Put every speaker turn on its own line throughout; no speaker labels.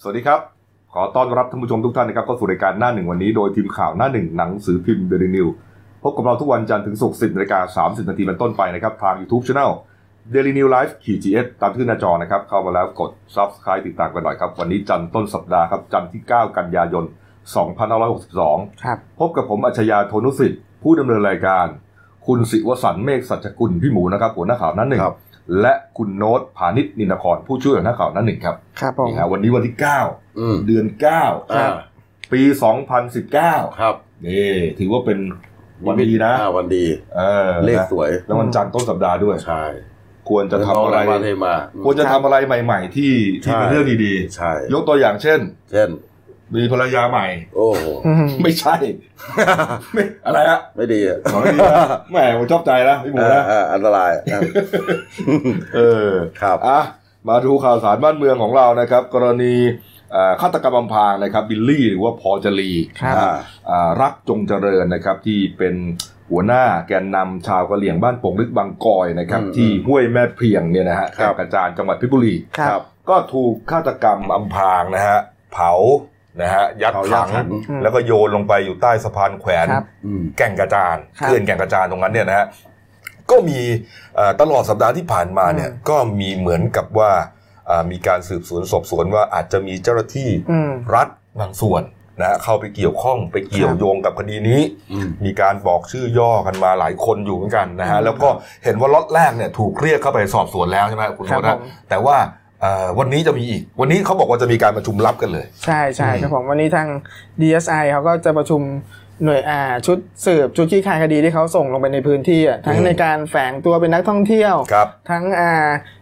สวัสดีครับ ขอต้อนรับท่านผู้ชมทุกท่านนะครับเข้าสู่รายการหน้าหนึ่งวันนี้โดยทีมข่าวหน้าหนึ่งหนังสือพิมพ์เดลินิวพบกับเราทุกวันจันทร์ถึงศุกร์สิบนาฬิกาสามสิบนาทีเป็นต้นไปนะครับ ทางยูทูบช anel เดลินิวไลฟ์ขีจีเอสตามที่หน้าจอนะครับ เข้ามาแล้วกดซับสไครต์ติดตามกันหน่อยครับ วันนี้จันทร์ต้นสัปดาห์ครับ จันทร์ที่ 9 กันยายน 2562
ครับ
พบกับผมอัจฉริยะโทนุสิทธิ์ผู้ดำเนินรายการ คุณศิวสันต์เมฆสัจกุลพี่หมูนะครับหัวหน้าข่าวหนั้นหนึ่ง
ครับ
และคุณโน้ตผานิชนินครผู้ช่วยหัวหน้าข่าวหนั้นหนึ่งครับ
ครับผม
นี่ฮะวันนี้วันที่
อืม
9 เดือน 9
อ่า
ปี 2019
ครับ
นี่ถือว่าเป็นวันดีนะ
อ่าวันดี
เออ
เลข
นะ
สวย
แล้ววันจันทร์ต้นสัปดาห์ด้วย
ใช่
ควรจะทำอะไร
แล้วน้งมาเทมาอืม
ควรจะทำอะไรใหม่ ๆ ที่ที่
ใช่
เป็นเรื่องดี
ใช่
ๆ ยกตัวอย่างเช่น
เช่น
มีภรรยาใหม่
โอ้โห
อืม
ไม่ใช่ ไม่ อะไรฮะ
ไม่ดีอ่ะ
ขอให้ดี นะแหมผมชอบใจนะพี่หมูนะ
อ่าอันตรายอ่ะ
เออ
ครับ
อ่ะ มาดูข่าวสารบ้านเมืองของเรานะครับ กรณีเอ่อฆาตกรรมอำพรางนะครับ บิลลี่หรือว่าพอลจลี
ครับ
อ่าอ่ารักจงเจริญนะครับ ที่เป็นหัวหน้าแกนนำชาวกะเหลี่ยงบ้านโป่งลึกบางกอยนะครับ
อืม
ที่ห้วยแม่เพียงเนี่ยนะฮะ
ครับ
แก่งกระจานจังหวัดเพชรบุรี
ครับ
ก็ถูกฆาตกรรมอำพรางนะฮะเผานะฮะยัด
เขายา
ถั
กขั
ง
ง
อืม
แล้วก็โยนลงไปอยู่ใต้สะพานแขวน
ครับ
อืม
แก่งกระจาน
ครับ
เขื่อนแก่งกระจานตรงนั้นเนี่ยนะฮะก็มีเอ่อตลอดสัปดาห์ที่ผ่านมาเนี่ย
อืม
ก็มีเหมือนกับว่าเอ่อมีการสืบสวนสอบสวนว่าอาจจะมีเจ้าหน้าที่
อืม
รัฐบางส่วนนะฮะเข้าไปเกี่ยวข้องไปเกี่ยวโยงกับคดีนี้
อืม
มีการบอกชื่อย่อกันมาหลายคนอยู่เหมือนกันนะฮะ
อืม
แล้วก็เห็นว่าล็อตแรกเนี่ยถูกเรียกเข้าไปสอบสวนแล้วใช่ไหมคุณ
ค
โน
รั
ต
บ
นะ
ผม
แต่ว่าเอ่อวันนี้จะมีอีก วันนี้เขาบอกว่าจะมีการประชุมลับกันเลย
ใช่ใช่
อืม
ครับผมวันนี้ทาง DSI เขาก็จะประชุมหน่วยอ่าชุดสืบชุดขี้คายคดีที่เขาส่งลงไปในพื้นที่อะทั้งในการแฝงตัวเป็นนักท่องเที่ยว
ครับ
ทั้งอ่า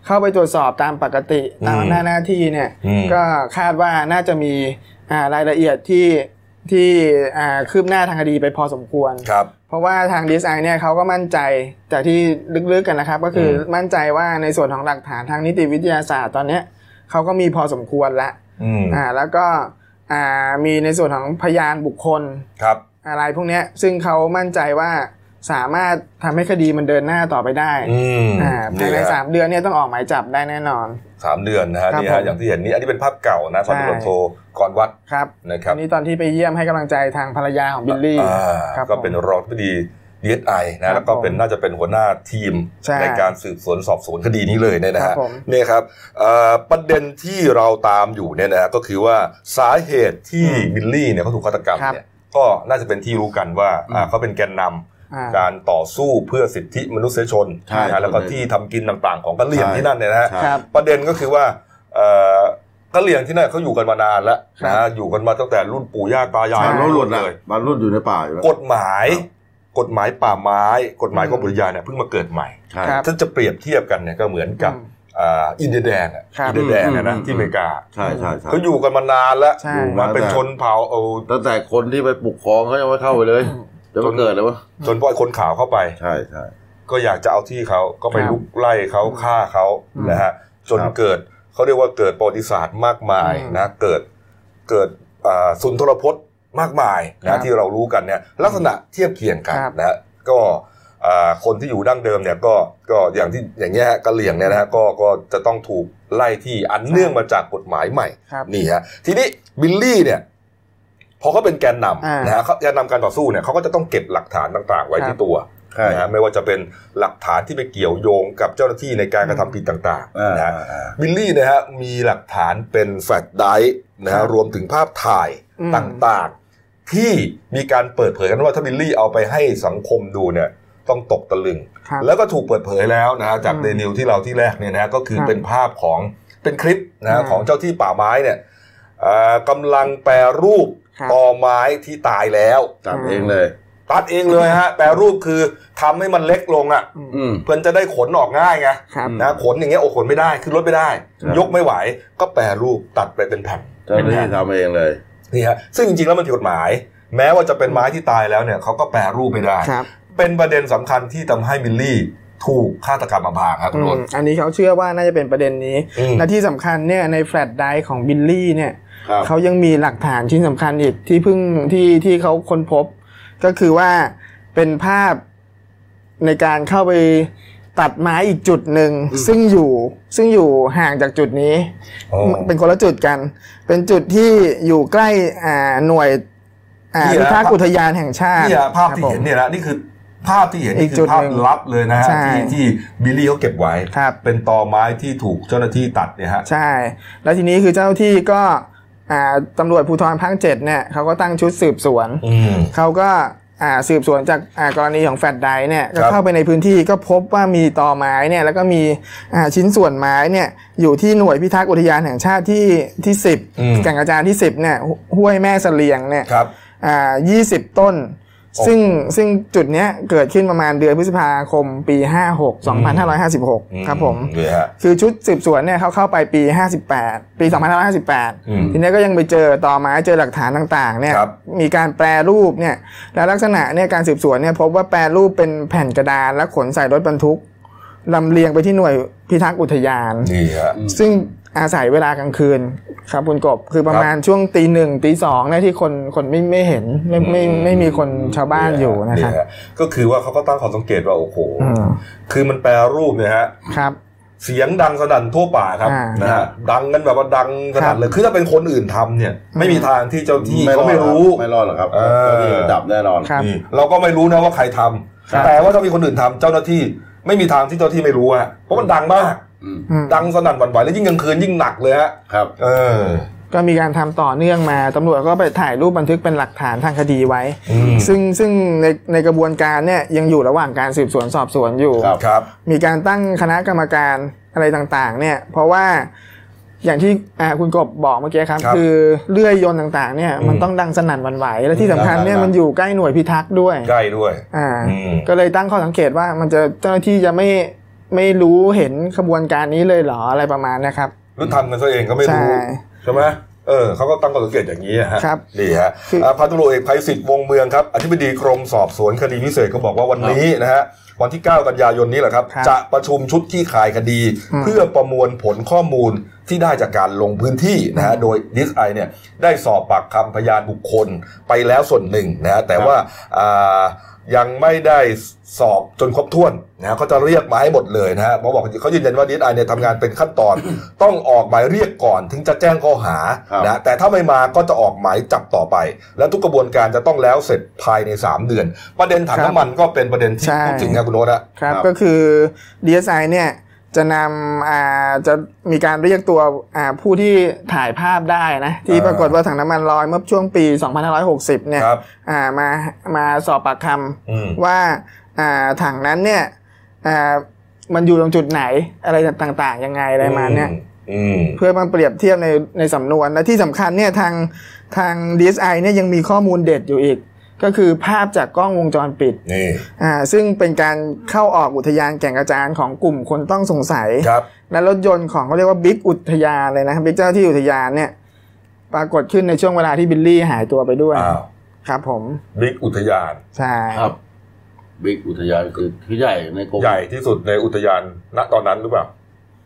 เข้าไปตรวจสอบตามปกติตาม
อืม
หน้าจหน้าที่เนี่ย
อืม
ก็คาดว่าน่าจะมีอ่ารายละเอียดที่ที่อ่าคืบหน้าทางคดีไปพอสมควร
ครับ
เพราะว่าทาง DSI เนี่ยเขาก็มั่นใจจากที่ลึกๆกันนะครับ ก็คืออมั่นใจว่าในส่วนของหลักฐานทางนิติวิทยาศาสตร์ตอนเนี้ยเขาก็มีพอสมควรแล้ว
อืม
อ่าแล้วก็อ่ามีในส่วนของพยานบุคคล
ครับ
อะไรพวกเนี้ยซึ่งเขามั่นใจว่าสามารถทำให้คดีมันเดินหน้าต่อไปได้
อืม
อ่าภายใน
แหละ
สามเดือนเนี่ยต้องออกหมายจับได้แน่นอน
สามเดือนนะฮะ
ครับ
นี่ฮะ
ผม
อย่างที่เห็นนี่อันนี้เป็นภาพเก่านะ
ใช่
พันตำรวจโทกรวัด
ครับ
นะครับ
อันนี้ตอนที่ไปเยี่ยมให้กำลังใจทางภรรยาของบิลลี่
อ่า
ครับ
ก็เป็นรองที่ดีดีเอสไอ
ครั
นะ
บ
แล้วก็เป็น
ผม
น่าจะเป็นหัวหน้าทีม
ใช่
การสืบสวนสอบสวนคดีนี้เลยเนี่ยนะ
ครั
ฮะ
บผม
นี่ครับเอ่อประเด็นที่เราตามอยู่เนี่ยนะฮะก็คือว่าสาเหตุที่บิลลี่เนี่ยเขาถูกฆาตกรรมเนี่ยก็น่าจะเป็นที่รู้กันว่าอ่าเขาเป็นแกนนำ
อ่า
การต่อสู้เพื่อสิทธิมนุษยชน
ใช่
นะฮะแล้วก็ที่ทำกินต่างๆ ของกะเหรี่ยง
ใช่
ที่นั่นเนี่ยนะฮะ
ใช่
ครับ
ประเด็นก็คือว่าเอ่อกะเหลี่ยงที่นั่นเขาอยู่กันมานานแล้วนะฮะอยู่กันมาตั้งแต่รุ่นปู่ย่าตายาย
ใช่
บางรุ่นหลุดนะ
เลย
บางรุ่นอยู่ในป่าอยู่แล้ว
กฎหมาย
ครับ
กฎหมายป่าไม้ กฎหมาย
อืม
กรมอุทยานเนี่ยเพิ่งมาเกิดใหม่
ใช่
ครับ
ถ้าจะเปรียบเทียบกันเนี่ยก็เหมือนกับ
อืม
อ่าอินเดียแดงอะ
ครับ
อินเดียแดงอะนะ
อืม
ที่อเมริกา
ใช่ใช่ใช่
เขาอยู่กันมานานแล้ว
ใช่
มาเป็นชนเผ่าเอา
ตั้งแต่คนที่ไปปลุกครองเขายังไม่เข้าไปเลยจะมาเกิดเลยวะ
จนพวกไอ้คนขาวเข้าไป
ใช่ใช่
ก็อยากจะเอาที่เขาก็ไป
ครับ
ลุกไล่เขาฆ่าเขา
อืม
นะฮะจน
ครับ
เกิดเขาเรียกว่าเกิดประวัติศาสตร์มากมาย
อืม
นะเกิดเกิดอ่าสุนทรพจน์มากมาย
ครั
นะ
บ
ที่เรารู้กันเนี่ยลักษณะเทียบเคียงกัน
ครับ
นะฮะก็อ่าคนที่อยู่ดั้งเดิมเนี่ยก็ก็อย่างที่อย่างเงี้ยฮะกะเหลี่ยงเนี่ยนะฮะก็ก็จะต้องถูกไล่ที่อันเนื่องมาจากกฎหมายใหม่
ครับ
นี่ฮะทีนี้บิลลี่เนี่ยพอเขาเป็นแกน
อ่าน
นำนะฮะเขาแกนนำการต่อสู้เนี่ยเขาก็จะต้องเก็บหลักฐานต่าง ๆ ไว้
ครับ
ที่ตัว
ใช่
นะฮะไม่ว่าจะเป็นหลักฐานที่ไปเกี่ยวโยงกับเจ้าหน้าที่ในการกระทำผิดต่าง
อ่า
ๆนะฮะ
อ่าอ่า
บิลลี่นะฮะมีหลักฐานเป็นแฟลชไดรฟ์นะ
ครั
ฮะ
บ
รวมถึงภาพถ่าย
อืม
ต่างๆ ที่มีการเปิดเผยกันว่าถ้าบิลลี่เอาไปให้สังคมดูเนี่ยต้องตกตะลึง
ครับ
แล้วก็ถูกเปิดเผยแล้วนะฮะจาก
อืม
เดนิวที่เราที่แรกเนี่ยนะฮะก็คือ
ครับ
เป็นภาพของเป็นคลิปนะฮะ
อ่า
ของเจ้าที่ป่าไม้เนี่ยเอ่อกำลังแปรรูป
ครับ
ตอไม้ที่ตายแล้ว
ตัดเองเลย
ตัดเองเลยฮะแปรรูปคือทำให้มันเล็กลงอ่ะ
อืม
เพื่อนจะได้ขนออกง่ายไง
ครับ
นะขนอย่างเงี้ยโอ้ขนไม่ได้ขึ้นรถไม่ได้
ครับ
ยกไม่ไหวก็แปรรูปตัดไปเป็นแผ่น
เจ้าหน้าที่ทำเองเลย
นี่ฮะซึ่งจริงๆแล้วมันผิดกฎหมาย แม้ว่าจะเป็นไม้ที่ตายแล้วเนี่ยเขาก็แปรรูปไม่ได้
ครับ
เป็นประเด็นสำคัญที่ทำให้มิลลี่ถูกฆาตกรรมอำพรางครับ
อื
คุณโร
ม
ส
อันนี้เขาเชื่อว่าน่าจะเป็นประเด็นนี้
อืม
และที่สำคัญเนี่ยในแฟลชไดรฟ์ของบิลลี่เนี่ย
ครับ
เขายังมีหลักฐานชิ้นสำคัญอีกที่เพิ่งที่ที่เขาค้นพบ ก็คือว่าเป็นภาพในการเข้าไป ตัดไม้อีกจุดหนึ่งซึ่งอยู่ซึ่งอยู่ห่างจากจุดนี้
อ๋อ
เป็นคนละจุดกัน เป็นจุดที่อยู่ใกล้อ่าหน่วยอ่า
นี่แหละ
พิทักษ์อุทยานแห่งชาติ
นี่อะภาพที่
ครับผม
เห็นเนี่ยนะนี่คือภาพที่เห็น
อี
นี่
ก
คื
จุ
อ
ด
ภาพ
หนึ่ง
ลับเลยนะฮะ
ใช่
ที่ที่บิลลี่เขาเก็บไว้
ครับ
เป็นตอไม้ที่ถูกเจ้าหน้าที่ตัดเนี่ยฮะ
ใช่ แล้วทีนี้คือเจ้าที่ก็อ่าตำรวจภูธรภาคเจ็ดเนี่ยเขาก็ตั้งชุดสืบสวน
อืม
เขาก็อ่าสืบสวนจากอ่ากรณีของแฟลตไดรฟ์เนี่ยก็
ครับ
เข้าไปในพื้นที่ก็พบว่ามีตอไม้เนี่ยแล้วก็มีอ่าชิ้นส่วนไม้เนี่ยอยู่ที่หน่วยพิทักษ์อุทยานแห่งชาติที่ที่สิบแก่งกระจานที่สิบเนี่ยหห้วยแม่เสลียงเนี่ย
ครับ
อ่ายี่สิบต้น
โอ้
ซึ่งซึ่งจุดเนี้ยเกิดขึ้นประมาณเดือนพฤษภาคมปี 56 2556 ครับผม
เนี่ยฮะ
คือชุดสืบสวนเนี่ยเขาเข้าไปปี 58 ปี
อืม
2558 ทีเนี้ยก็ยังไปเจอต่อไม้เจอหลักฐานต่างๆเนี่ย
ครับ
มีการแปรรูปเนี่ยแล้วลักษณะเนี่ยการสืบสวนเนี่ยพบว่าแปรรูปเป็นแผ่นกระดานและขนใส่รถบรรทุกลำเลียงไปที่หน่วยพิทักษ์อุทยาน
นี่ฮะ
ซึ่งอาศัยเวลากลางคืนครับคุณกบคือประมาณช่วงตีหนึ่งตีสองเนี่ยที่คนคนไม่ไม่เห็นไม่ไม่ไม่มีคนชาวบ้านอยู่นะครับ
ฮก็คือว่าเขาก็ตั้งข้อสังเกตว่าโอ้โห
อืม
คือมันแปรรูปเนี่ยฮะ
ครับ
เสียงดังสนั่นทั่วป่าครับ
อ่าน
นะฮะดังกันแบบว่าดังสนั่นเลย คือถ้าเป็นคนอื่นทำเนี่ย ไม่มีทางที่เจ้าที่เขาไม่รู้
ไม่รอดหรอกครับ
เออ
เจ้าที่จับแน่นอน
ครับ
นี่เราก็ไม่รู้นะว่าใครทำ
ครับ
แต่ว่าถ้ามีคนอื่นทำเจ้าหน้าที่ไม่มีทางที่เจ้าที่ไม่รู้ฮะเพราะมันดังมาก
อืม
อืม
ดังสนั่นหวั่นไหวแล้วยิ่งกลางคืนยิ่งหนักเลยฮะ
ครับ
เออ
ก็มีการทำต่อเนื่องมาตำรวจก็ไปถ่ายรูปบันทึกเป็นหลักฐานทางคดีไว้
อืม
ซึ่งซึ่งในในกระบวนการเนี่ยยังอยู่ระหว่างการสืบสวนสอบสวนอยู่
ครับ
ครับ
มีการตั้งคณะกรรมการอะไรต่างๆ เนี่ย เพราะว่าอย่างที่อ่าคุณกบบอกเมื่อกี้ครับ
ครับ
คือเลื่อยยนต์ต่างๆ เนี่ย
อืม
มันต้องดังสนั่นหวันไหว และที่สำคัญเนี่ย
ดังๆ
มันอยู่ใกล้หน่วยพิทักษ์ด้วย
ใกล้ด้วย
อ่า
อืม
ก็เลยตั้งข้อสังเกตว่ามันจะเจ้าหน้าที่จะไม่ไม่รู้เห็นขบวนการนี้เลยเหรออะไรประมาณเนะครับ
หรือทำกันซะเองก็ไม่รู้
ใช่
ใช่ไหมเออเขาก็ตั้งข้อสังเกตอย่างนี้อะฮะ
ครับ
นี่ฮะ
คือ
อ่าพันตำรวจเอกภัยศิษฐ์วงเมืองครับอธิบดีกรมสอบสวนคดีพิเศษก็บอกว่าวันนี้นะฮะวันที่ 9 กันยายนนี้แหละครับ
ครับ
จะประชุมชุดที่ขายคดี เพื่อประมวลผลข้อมูลที่ได้จากการลงพื้นที่นะฮะโดยดิสไอเนี่ยได้สอบปากคำพยานบุคคลไปแล้วส่วนหนึ่งนะฮะแต่ว่าอ่ายังไม่ได้สอบจนครบถ้วนนะฮะเขาจะเรียกมาให้หมดเลยนะฮะเพราะบอกเขายืนยันว่าดิสไอเนี่ยทำงานเป็นขั้นตอน ต้องออกหมายเรียกก่อนถึงจะแจ้งข้อหา
ครับ
นะ แต่ถ้าไม่มาก็จะออกหมายจับต่อไป และทุกกระบวนการจะต้องแล้วเสร็จภายใน 3 เดือน ประเด็นถัง
ครับ
น้ำมันก็เป็นประเด็นที่
ใช่
พูดถึงนะคุณโนตนะครับ
ครับ
ก็คือ DSI เนี่ยจะนำอ่าจะมีการเรียกตัวอ่าผู้ที่ถ่ายภาพได้นะ ที่ปรากฏว่าถังน้ำมันลอยเมื่อช่วงปี 2560 เนี่ย
ครับ
อ่ามามาสอบปากค
อืม
ำว่าอ่าถังนั้นเนี่ยอ่ามันอยู่ตรงจุดไหนอะไรต่างๆ ยังไงอะไรประมาณเนี่ย
อืม
เพื่อมาเปรียบเทียบในในสำนวนและที่สำคัญเนี่ยทางทาง DSI เนี่ยยังมีข้อมูลเด็ดอยู่อีก ก็คือภาพจากกล้องวงจรปิด
นี่
อ่าซึ่งเป็นการเข้าออกอุทยานแก่งกระจานของกลุ่มคนต้องสงสัย
ครับ
และรถยนต์ของเขาเรียกว่าบิ๊กอุทยานเลยนะบิ๊กเจ้าที่อุทยานเนี่ยปรากฏขึ้นในช่วงเวลาที่บิลลี่หายตัวไปด้วย
อ้าว
ครับผม
บิ๊กอุทยาน
ใช่
ครับบิ๊กอุทยานคือที่ใหญ่ในกรม
ใหญ่ที่สุดในอุทยานณตอนนั้นหรือเปล่า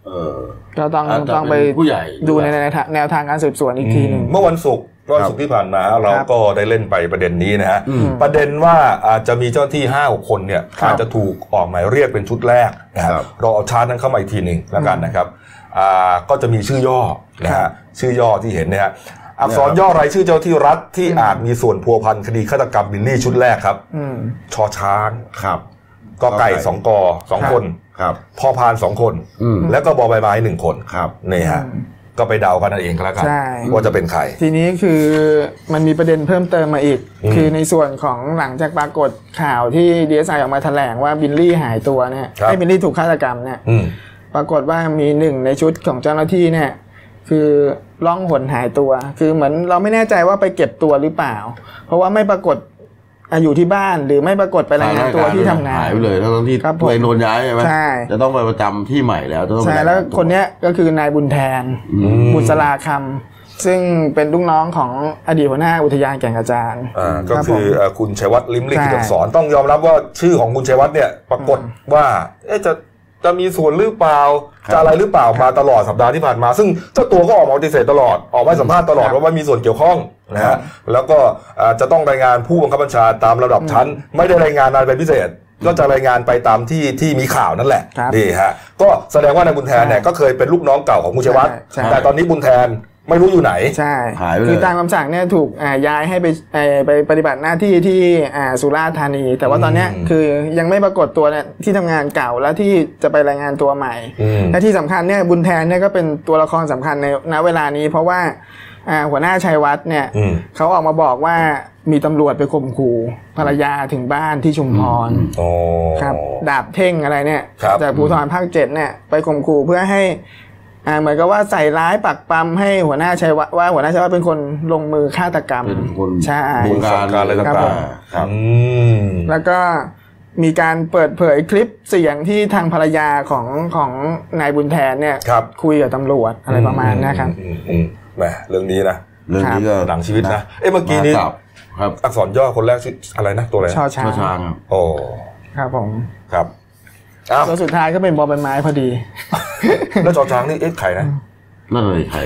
เออ
ก็ต้อง
อาจจะ
ต้องไป
เป็นผู้ใหญ่
ดูในแนวทางแนวทางการสืบสวนอีกทีหนึ่ง
เมื่อวันศุกร์เมื่อวันศุกร์ที่ผ่านมาเราก็ได้เล่นไปประเด็นนี้นะฮะ
อืม
ประเด็นว่าอาจจะมีเจ้าหน้าที่ห้าหกคนเนี่ย
ครับ
อาจจะถูกออกหมายเรียกเป็นชุดแรกนะฮะ
ครับ
เราเอาชาร์ตนั้นเข้ามาอีกทีหนึ่งแล้วกันนะครับอ่าก็จะมีชื่อย่อนะ
ครั
ฮะ
บ
ชื่อย่อที่เห็นเนี่ยฮะอักษรย่อรายชื่อเจ้าที่รัฐที่
อืม
อาจมีส่วนพัวพันคดีฆาตกรรมบิลลี่ชุดแรกครับ
อืม
ชอช้าง
ครับ
ก็ไก่
กอไก่
สองกอสอง
ครับ
คน
ครับ
พอพานสองคน
อืม
แล้วก็บอใบไม้หนึ่งคน
ครับ
นี่ฮะ
อืม
ก็ไปเดากันนั่นเองก็แล้วกัน
ใช่
ว่าจะเป็นใคร
ทีนี้คือมันมีประเด็นเพิ่มเติมมาอีก
อืม
คือในส่วนของหลังจากปรากฏข่าวที่ดีเอสไอออกมาแถลงว่าบิลลี่หายตัวเนี่ยให้บิลลี่ถูกฆาตกรรมเนี่ย
อืม
ปรากฏว่ามีหนึ่งในชุดของเจ้าหน้าที่เนี่ย คือล่องหนหายตัว คือเหมือนเราไม่แน่ใจว่าไปเก็บตัวหรือเปล่า เพราะว่าไม่ปรากฏอ่ะอยู่ที่บ้านหรือไม่ปรากฏไปรายงานตัวที่ทำงาน
หายไปเลยทั้งๆที่
ครับผม
ตัวเองโดนย้ายใช่ไหม
ใช่
จะต้องไปประจำที่ใหม่แล้วจะต้องไป
ใช่
รายงา
แล้ว
ตัว
คนเนี้ยก็คือนายบุญแทน
อืม
ม
บุษราคำซึ่งเป็นลูกน้องของอดีตหัวหน้าอุทยานแก่งกระจาน
อ่าก็
ครับ
คือ
ผม
เอ่อคุณชัยวัฒน์ลิมลิขิต
ใช่
อักษรต้องยอมรับว่าชื่อของคุณชัยวัฒน์เนี่ยปรากฏว่าเอ๊ะจะจะมีส่วนหรือเปล่า
ครับ
จะอะไรหรือเปล่ามาตลอดสัปดาห์ที่ผ่านมา ซึ่งเจ้าตัวก็ออกมาปฏิเสธตลอดออกมาให้สัมภาษณ์ตลอด
ครับ
ว่าไม่มีส่วนเกี่ยวข้องนะ
ครั
ฮะ
บ
แล้วก็อ่าจะต้องรายงานผู้บังคับบัญชาตามระดับชั้น ไม่ได้รายงานอะไรเป็นพิเศษ ก็จะรายงานไปตามที่ที่มีข่าวนั่นแหละ
ครับ
นี่ฮะก็แสดงว่านายบุญแทนเนี่ย
ใช่
ก็เคยเป็นลูกน้องเก่าของคุณชยวัฒน์
ใช่ใช่
แต่ตอนนี้บุญแทนไม่รู้อยู่ไหน
ใช่
หายไปเลย
คือตามคำสั่งเนี่ยถูกอ่าย้ายให้ไปเอ่อไปปฏิบัติหน้าที่ที่อ่าสุราษฎร์ธานี แต่ว่าตอนเนี้ย
อืม
คือยังไม่ปรากฏตัวเนี่ยที่ทำงานเก่าและที่จะไปรายงานตัวใหม่
อืม
และที่สำคัญเนี่ยบุญแทนเนี่ยก็เป็นตัวละครสำคัญในณเวลานี้ เพราะว่าอ่าหัวหน้าชัยวัฒน์เนี่ย
อืม
เขาออกมาบอกว่ามีตำรวจไปข่มขู่ภรรยาถึงบ้านที่ชุมพร
โอ้
ครับดาบเท่งอะไรเนี่ย
ครับ
จากภูธรภาคเจ็ดเนี่ยไปข่มขู่เพื่อให้อ่าเหมือนกับว่าใส่ร้ายปักปั๊มให้หัวหน้าชัยวัฒน์ว่าหัวหน้าชัยวัฒน์เป็นคนลงมือฆาตกรรม
เป็นคน
ใช่
บงการ
ครับ
อะไร
ครั
ต่าง
บ
ๆครับ
อืม
แล้วก็มีการเปิดเผยคลิปเสียงที่ทางภรรยาของของนายบุญแทนเนี่ย
ครับ
คุยกับตำรวจอะไรประมาณเนะครับ
อืมอืมแหมเรื่องนี้นะ
เรื่องนี้ก็
หนังชีวิตนะ เอ้เมื่อกี้นี้
มาลับครับ
อักษรย่อคนแรกชื่ออะไรนะตัวอะไร
ชอช้า
ช่อง ช้างครับ
โอ้
ครับผม
ครับ อ้าว
แล้วสุดท้ายก็เป็นบอลใบไม้พอดี
แล้วจอช้างนี่เอ๊ะใครนะ
นั่นเลย ใคร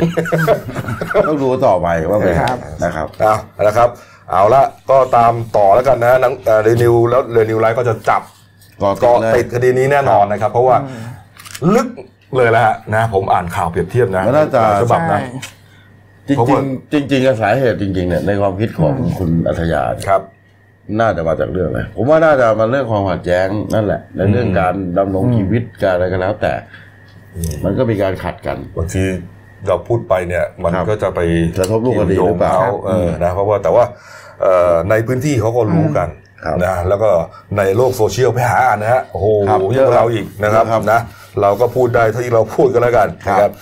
ต้องดูต่อไปว่าเป็น
ครับ
นะครับ
อ่ะนะครับ เอาละก็ตามต่อแล้วกันนะหนังเรนิวแล้วเรนิวไลท์ก็จะจับ
ก็ติด
ก็ติด
เลย
คดีนี้แน่นอนนะครับ เพราะว่าลึกเลยละฮะนะ ผมอ่านข่าวเปรียบเทียบนะ
แล้วน่าจะ
หลยฉบับ
ใช่
นะ
จริง
ผมว่า
จริงๆจริงๆอะสาเหตุจริงๆเนี่ยในความคิดของคุณอัธยาเนี่ย
ครับ
น่าจะมาจากเรื่องอะไรผมว่าน่าจะมาเรื่องความขัดแย้งนั่นแหละในเรื่องการดำรงชีวิตการอะไรก็แล้ว แต่ มันก็มีการขัดกัน
บางทีเราพูดไปเนี่ยมัน
ครับ
ก็จะไป
กระทบลูกคดีหรือเปล่า
โยงเออนะเพราะว่าแต่ว่าเอ่อในพื้นที่เขาก็รู้กัน
ครับ
นะแล้วก็ในโลกโซเชียลไปหาอ่านนะฮะโอ้โห
ครับ
เยอะกว่าเราอีกนะครับ
ครับ
นะเราก็พูดได้เท่าที่เราพูดกันแล้วกันนะค
ครั
รับบ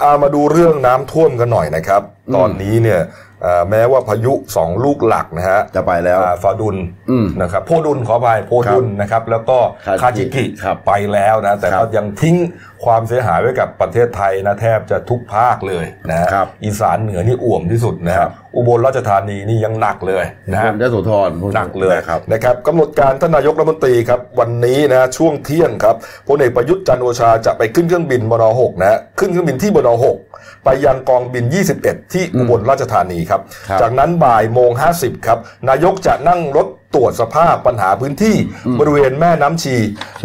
เอามาดูเรื่องน้ำท่วมกันหน่อยนะครับ
อืม
ตอนนี้เนี่ยเอ่อแม้ว่าพายุสองลูกหลักนะฮะ
จะไปแล้ว
อ่าฟาดุล
อืม
นะครับโพดุลขอไปโพดุลนะครับ แล้วก็คา
คาจิ
จิ
กิ
กิ
ครับ
ไปแล้วนะแต่
ครั
ก็
บ
ยังทิ้งความเสียหายไว้กับประเทศไทยนะแทบจะทุกภาคเลยนะฮะ
ครับ
อีสานเหนือนี่อ่วมที่สุดนะค
ครั
รับบ อุบลราชธานีนี่ยังหนักเลยนะ
ผ
ฮะ
มจะโสธรพว
หนักเลย
ครับ
นะครับกำหนดการท่านนายกรัฐมนตรีครับวันนี้นะช่วงเที่ยงครับพลเอกประยุทธ์จันทร์โอชาจะไปขึ้นเครื่องบินบน6นะฮะขึ้นเครื่องบินที่บน6ไปยังกองบิน 21 ที่อุบลราชธานีครับ
ครับ
จากนั้นบ่ายโมง50ครับนายกจะนั่งรถตรวจสภาพปัญหาพื้นที่บริเวณแม่น้ำชี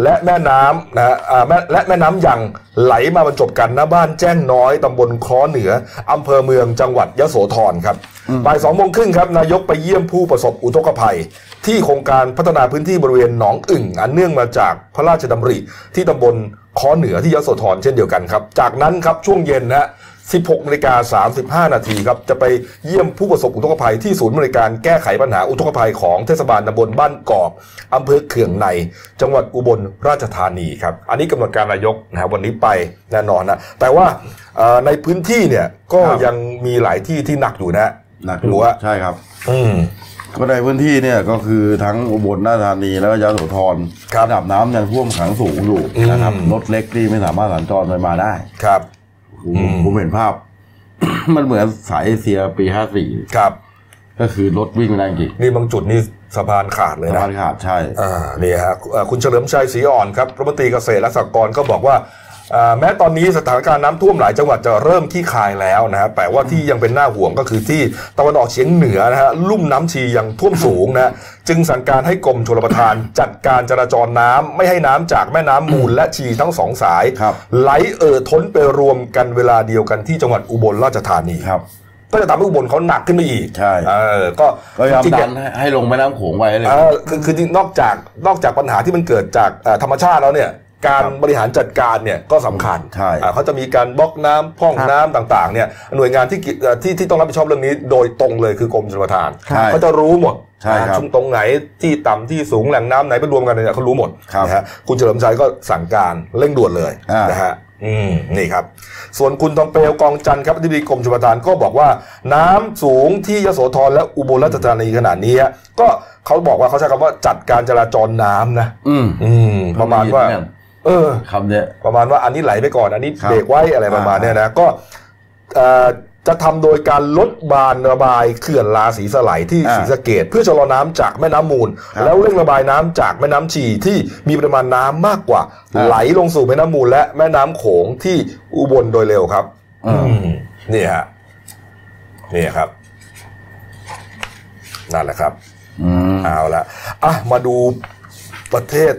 และแม่น้ำนะฮะอ่าแม่และแม่น้ำยังไหลมาบรรจบกันหน้าบ้านแจ้งน้อยตำบลคล้อเหนืออำเภอเมืองจังหวัดยโสธรครับบ่ายสองโมงครึ่งครับนายกไปเยี่ยมผู้ประสบอุทกภัย ที่โครงการพัฒนาพื้นที่บริเวณหนองอึ่ง อันเนื่องมาจากพระราชดำริ ที่ตำบลคอเหนือที่ยโสธรเช่นเดียวกันครับจากนั้นครับช่วงเย็นนะฮะ 16นาฬิกา35 นาทีครับ จะไปเยี่ยมผู้ประสบอุทกภัยที่ศูนย์บริการแก้ไขปัญหาอุทกภัยของเทศบาลตำบลบ้านกอบอำเภอเขื่องใน จังหวัดอุบลราชธานีครับ อันนี้กำหนดการนายกนะฮะวันนี้ไปแน่นอนนะ แต่ว่าเอ่อในพื้นที่เนี่ยก็
ครับ
ยังมีหลายที่ที่หนักอยู่นะฮะ
หนัก
หรือว่า
ใช่ครับ
อืม
ก็ในพื้นที่เนี่ยก็คือทั้งอุบลราชธานีแล้วก็ยะโสธร
ครับ
ระดับน้ำยังท่วมขังสูงอยู่นะครับ
อืม
รถเล็กที่ไม่สามารถสัญจรไปมาได้
ครับ
ผม
อืม
ผมเห็นภาพ มันเหมือนสายเอเชียปีห้าสี่
ครับ
ก็คือรถวิ่งไม่ได้จริง
นี่บางจุดนี่สะพานขาดเลย
สะ
นะ
พานขาดใช่
อ่านี่ฮะเอ่อคุณเฉลิมชัยศรีอ่อนครับรัฐมนตรีเกษตรและสหกรณ์ก็บอกว่าอ่า แม้ตอนนี้สถานการณ์น้ำท่วมหลายจังหวัดจะเริ่มขี้คายแล้วนะฮะแต่ว่าที่ยังเป็นหน้าห่วงก็คือที่ตะวันออกเฉียงเหนือนะฮะลุ่มน้ำชียังท่วมสูงนะฮะจึงสั่งการให้กรมชลประทาน จัดการจราจรน้ำไม่ให้น้ำจากแม่น้ำมูลและชีทั้งสองสาย
ครับ
ไหลเอ่อท้นไปรวมกันเวลาเดียวกันที่จังหวัดอุบลราชธานี
ครับ
ก็จะทำให้อุบลเขาหนักขึ้นไปอีก
ใช่
เออก็
ก็พยายาม
จริงๆ
ดั
เนี่ย
นให้ให้ลงแม่น้ำโขงไว้เลย
เออคือคือจริงนอกจากนอกจากปัญหาที่มันเกิดจากเอ่อธรรมชาติแล้วเนี่ยการบริหารจัดการเนี่ยก็สำคัญ
ใช่
อ่าเขาจะมีการบล็อกน้ำพ่อง
ครับ
น้ำต่างๆเนี่ยหน่วยงานที่เกี่ยวเอ่อที่ที่ต้องรับผิดชอบเรื่องนี้ โดยตรงเลยคือกรมชลประทาน
ใช่
เขาจะรู้หมด
ใช่ครับ
ชุมตรงไหนที่ต่ำที่สูงแหล่งน้ำไหนไปรวมกันเนี่ยเขารู้หมด
ครับ
นะฮะคุณเฉลิมชัยก็สั่งการเร่งด่วนเลย
อ่าน
นะฮะอืมนี่ครับ ส่วนคุณทองเปลวกองจันทร์ครับอธิบดีกรมชลประทานก็บอกว่า น้ำสูงที่ยโสธรและอุบลราชธานีขนาดนี้ฮะก็เขาบอกว่าเขาใช้คำว่าจัดการจราจรน้ำนะ
อืม
อืม ประมาณว่า เออ
คำเนี้ย
ประมาณว่าอันนี้ไหลไปก่อน อันนี้
ครับ
เบรกไว้อะไรประมาณเนี้ยนะก็เอ่อจะทำโดยการลดบานระบายเขื่อนลาสีสไหลที่
อ่า
ศรีสะเกดเพื่อชะลอน้ำจากแม่น้ำมูล
ครับ
แล้วเร่งระบายน้ำจากแม่น้ำชีที่มีปริมาณน้ำมากกว่า ไหลลงสู่แม่น้ำมูล และแม่น้ำโขงที่อุบลโดยเร็วครับ
อืม
นี่ฮะนี่ครับ นั่นแหละครับ เอาละอ่ะมาดู ประเทศ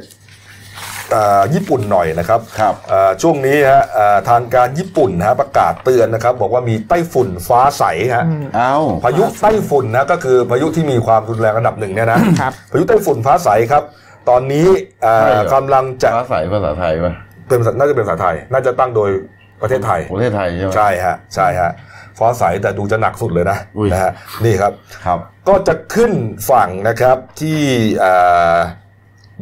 อ่าญี่ปุ่นหน่อยนะครับ
ครับ
อ่าช่วงนี้ฮะอ่าทางการญี่ปุ่นนะฮะประกาศเตือนนะครับ บอกว่ามีไต้ฝุ่นฟ้าใสฮะ
เอา
พายุไต้ฝุ่นนะก็คือพายุที่มีความรุนแรงระดับหนึ่งเนี่ยนะครับ พายุไต้ฝุ่นฟ้าใสครับ ตอนนี้เอ่อกำลังจะ
ภาษาภาษาไทยป่ะ
เป็นภาษาน่าจะเป็นภาษาไทย น่าจะตั้งโดยประเทศไทย
ประเทศไทยใช่ไหม
ใช่ฮะใช่ฮะฟ้าใสแต่ดูจะหนักสุดเลยนะ
อุ้ย
นะฮะนี่ครับ
ครับ
ก็จะขึ้นฝั่งนะครับที่เอ่อ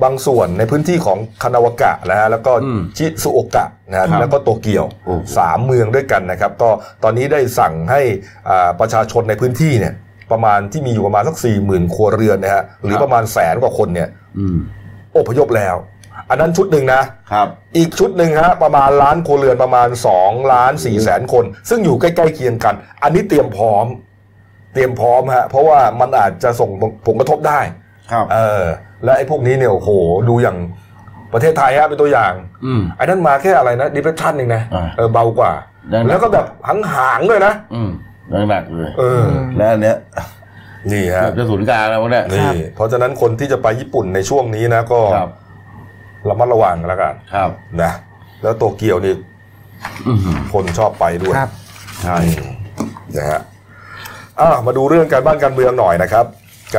บางส่วนในพื้นที่ของคานาวากะนะฮะแล้วก็
อืม
ชิซุโอกะนะฮะแล้วก็โตเกียว
โอ้โห
สามเมืองด้วยกันนะครับ ก็ตอนนี้ได้สั่งให้อ่าประชาชนในพื้นที่เนี่ยประมาณที่มีอยู่ประมาณสักสี่หมื่นครัวเรือนนะฮะหรือประมาณแสนกว่าคนเนี่ย
อืม
อพยพแล้ว อันนั้นชุดหนึ่งนะ
ครับ
อีกชุดหนึ่งฮะประมาณล้านครัวเรือนประมาณ2ล้าน4แสนคน ซึ่งอยู่ใกล้ๆเคียงกัน อันนี้เตรียมพร้อม เตรียมพร้อมฮะเพราะว่ามันอาจจะส่งผลกระทบได้
ครับ
เออ และไอ้พวกนี้เนี่ยโอ้โหดูอย่างประเทศไทยฮะเป็นตัวอย่าง
อืม
ไอ้นั่นมาแค่อะไรนะดิเพรสชันเองนะ
อ่า
เออเบากว่า
ดังนั้น
แล้วก็แบบหางๆด้วยนะ
อืมหนักๆเลย
เอออ
และอันเนี้ย
นี่ฮะ
เกือบจะศูนย์กลางแล้ววะเนี่ย
นี่เพราะฉะนั้นคนที่จะไปญี่ปุ่นในช่วงนี้นะก็
ครับ
ระมัดระวังกันแล้วกัน
ครับ
นะแล้วโตเกียวนี่
อืม
คนชอบไปด้วย
ครับ
ใช่
นะฮะอ่ะมาดูเรื่องการบ้านการเมืองหน่อยนะครับ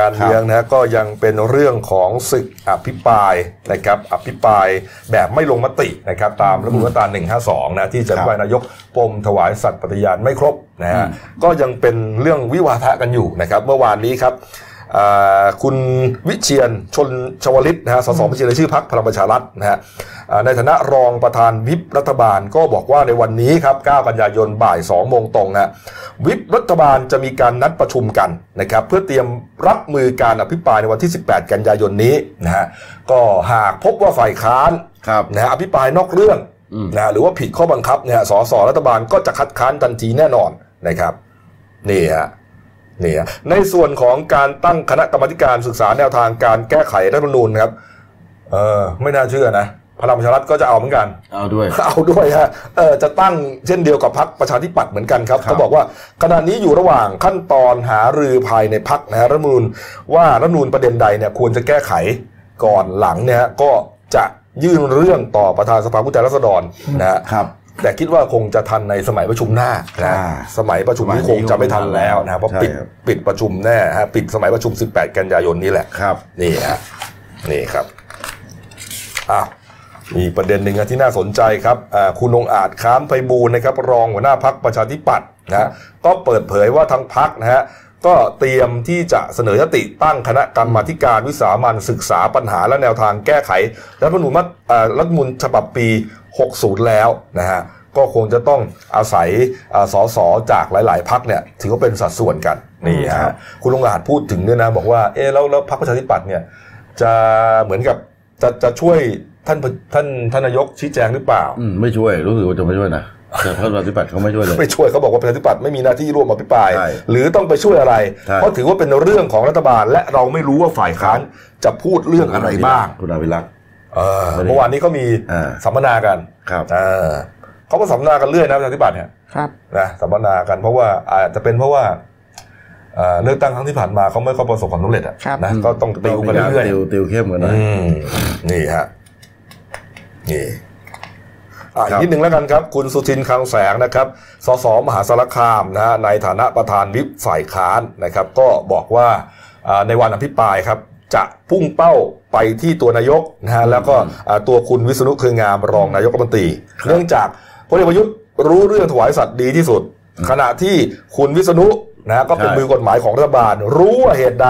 การเมืองนะฮะก็ยังเป็นเรื่องของศึกอภิปรายนะครับ อภิปรายแบบไม่ลงมตินะครับ ตามรัฐธรรมนูญมาตรา152 นะที่จะ
ครับ
ว่ายนายกปมถวายสัตย์ปฏิญาณไม่ครบนะฮะ
อืม
ก็ยังเป็นเรื่องวิวาทะกันอยู่นะครับ เมื่อวานนี้ครับอ่าคุณวิเชียนชนชวลิตนะฮะสสบัญชีรายชื่อพักพลังประชารัฐนะฮะอ่าในฐานะรองประธานวิปรัฐบาลก็บอกว่าในวันนี้ครับ 9 กันยายนบ่าย 2 โมงตรงนะ วิปรัฐบาลจะมีการนัดประชุมกันนะครับเพื่อเตรียมรับมือการอภิปรายในวันที่ 18 กันยายนนี้นะฮะก็หากพบว่าฝ่ายค้าน
ครับ
นะฮะอภิปรายนอกเรื่องนะฮะหรือว่าผิดข้อบังคับเนี่ยสสรัฐบาลก็จะคัดค้านทันทีแน่นอนนะครับนี่ฮะนี่ฮะในส่วนของการตั้งคณะกรรมาธิการศึกษาแนวทางการแก้ไขรัฐธรรมนูญครับเออไม่น่าเชื่อนะพลังประชารัฐก็จะเอาเหมือนกัน
เอาด้วย
เอาด้วยฮะเออจะตั้งเช่นเดียวกับพักประชาธิปัตย์เหมือนกันครับ
ครับ
เขาบอกว่าขณะนี้อยู่ระหว่างขั้นตอนหารือภายในพักนะฮะรัฐธรรมนูญว่ารัฐธรรมนูญประเด็นใดเนี่ยควรจะแก้ไขก่อนหลังเนี่ยฮะก็จะยื่นเรื่องต่อประธานสภาผู้แทนราษฎรนะฮะ
ครับ
แต่คิดว่าคงจะทันในสมัยประชุมหน้านะ
อ่า
สมัยประชุมนี้
สมัยนี้
คงจะไม่ทันแล้วนะฮะเพราะ
ใช่
ปิด
ครับ
ปิดประชุมแน่ฮะปิดสมัยประชุม 18 กันยายนนี้แหละ
ครับ
นี่ฮะนี่ครับอ่ะมีประเด็นหนึ่งนะที่น่าสนใจครับอ่าคุณองค์อาจค้ามไพบูลย์นะครับ รองหัวหน้าพักประชาธิปัตย์นะฮะก็เปิดเผยว่าทางพักนะฮะก็เตรียมที่จะเสนอยติตั้งคณะกรรมาธิการวิสามันศึกษาปัญหาและแนวทางแก้ไข รัฐธรรมนูญมาเอ่อรัฐธรรมนูญฉบับปี 60 แล้วนะฮะก็คงจะต้องอาศัยอ่าสสจากหลาย ๆ พักเนี่ยถือว่าเป็นสัดส่วนกันนี่ฮะ คุณลุงอาจพูดถึงเนี่ยนะ บอกว่าเออแล้วแล้วพรรคประชาธิปัตย์เนี่ย จะเหมือนกับจะจะช่วยท่านท่านท่านนายกชี้แจงหรือเปล่า
อืมไม่ช่วย รู้สึกว่าจะไม่ช่วยนะแต่พรรคประชาธิปัตย์เขาไม่ช่วยเลย
ไม่ช่วยเขาบอกว่าประชาธิปัตย์ไม่มีหน้าที่ร่วมอภิปราย
ใช่
หรือต้องไปช่วยอะไร
ใช่
เพราะถือว่าเป็นเรื่องของรัฐบาล และเราไม่รู้ว่าฝ่ายค้านจะพูดเรื่องอะไรบ้าง
คุณอภิรักษ์
เออเมื่อวานนี้เขามี
อ่า
สัมมนากัน
ครับ
เออเขาก็สัมมนากันเรื่อยนะประชาธิปัตย์เนี่ย
ครับ
นะสัมมนากันเพราะว่าอาจจะเป็นเพราะว่าเอ่อเลือกตั้งครั้งที่ผ่านมาเขาไม่ค่อยประสบความสำเร็จอะ
ครับ
นะก็ต้องติวกันเรื่อย
ติวติวเข้มกัน
ๆ
หนะ
อืมนี่ฮะนี่อ่ะ
ครับ
นิดหนึ่งแล้วกันครับ คุณสุทินคลังแสงนะครับสสมหาสารคามนะฮะในฐานะประธานวิปฝ่ายค้านนะครับ ก็บอกว่าอ่าในวันอภิปรายครับ จะพุ่งเป้าไปที่ตัวนายกนะฮะแล้วก็อ่าตัวคุณวิษณุเครืองามรองนายกรัฐมนตรี เนื่องจากพลเอกประยุทธ์รู้เรื่องถวายสัตว์ดีที่สุด ขณะที่คุณวิษณุนะฮะก็เป็น
ใช่
มือกฎหมายของรัฐบาล รู้ว่าเหตุใด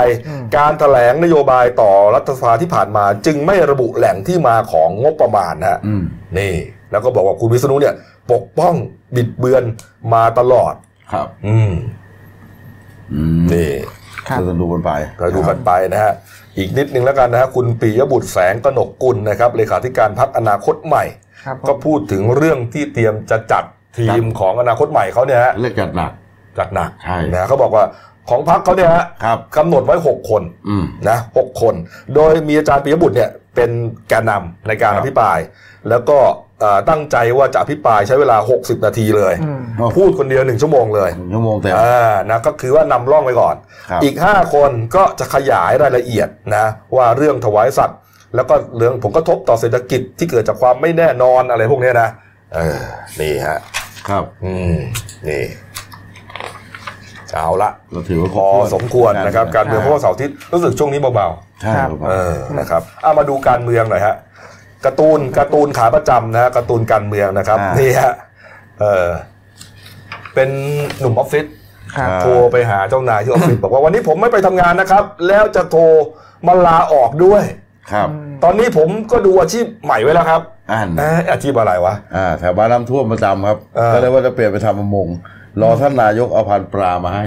การถแถลงนโยบายต่อรัฐสภาที่ผ่านมา จึงไม่ระบุแหล่งที่มาของงบประมาณนะฮะ
อืม
นี่ แล้วก็บอกว่าคุณวิษณุเนี่ย ปกป้องบิดเบือนมาตลอด
ครับ
อืม
อืม
นี่
ครับ
จะดูกันไป
เราดูกันไปนะฮะ อีกนิดนึงแล้วกันนะฮะ คุณปิยบุตรแสงกนกกุลนะครับเลขาธิการพักอนาคตใหม่
ครับผม
ก็พูดถึงเรื่องที่เตรียมจะจัดทีมของอนาคตใหม่เขาเนี่ยฮะ
เลือกจัดหนัก
จัดหนัก
ใช่
นะเขาบอกว่าของพักเขาเนี่ยฮะ
ครับ
กำหนดไว้หกคน
อืม
นะหกคน โดยมีอาจารย์ปิยบุตรเนี่ยเป็นแกนนำในการ
ครั
อบ ภิปราย แล้วก็เอ่อตั้งใจว่าจะอภิปรายใช้เวลา 60 นาทีเลย
อืม
โอ้
พูดคนเดียวหนึ่งชั่วโมงเลย
หนึ่งชั่วโมงเต็ม
อ่านะก็คือว่านำร่องไปก่อน
ครับ
อีก 5 คนก็จะขยายรายละเอียดนะว่าเรื่องถวายสัตว์ แล้วก็เรื่องผลกระทบต่อเศรษฐกิจที่เกิดจากความไม่แน่นอนอะไรพวกเนี้ยนะเออนี่ฮะ
ครับ
อืมนี่เอาละ
เราถือว่า
พอสมควรนะครับ การเมืองเพราะว่าเสาร์อาทิตย์รู้สึกช่วงนี้เบา
ใช่ครับ
ๆเออนะครับเอามาดูการเมืองหน่อยฮะการ์ตูนการ์ตูนขาประจำนะฮะการ์ตูนการเมืองนะครับนี่ฮะเออเป็นหนุ่มออฟฟิศ
ครับ
โทรไปหาเจ้านายที่ออฟฟิศ บอกว่าวันนี้ผมไม่ไปทำงานนะครับ แล้วจะโทรมาลาออกด้วย
ครับ
ตอนนี้ผมก็ดูอาชีพใหม่ไว้แล้วครับ
อ่าน
เอ๊ะอาชีพอะไรวะ
อ่าแถวบ้านน้ำท่วมประจำครับ
เออ
ก็เลยว่าจะเปลี่ยนไปทำประมง รอท่านนายกเอาพันธุ์ปลามาให้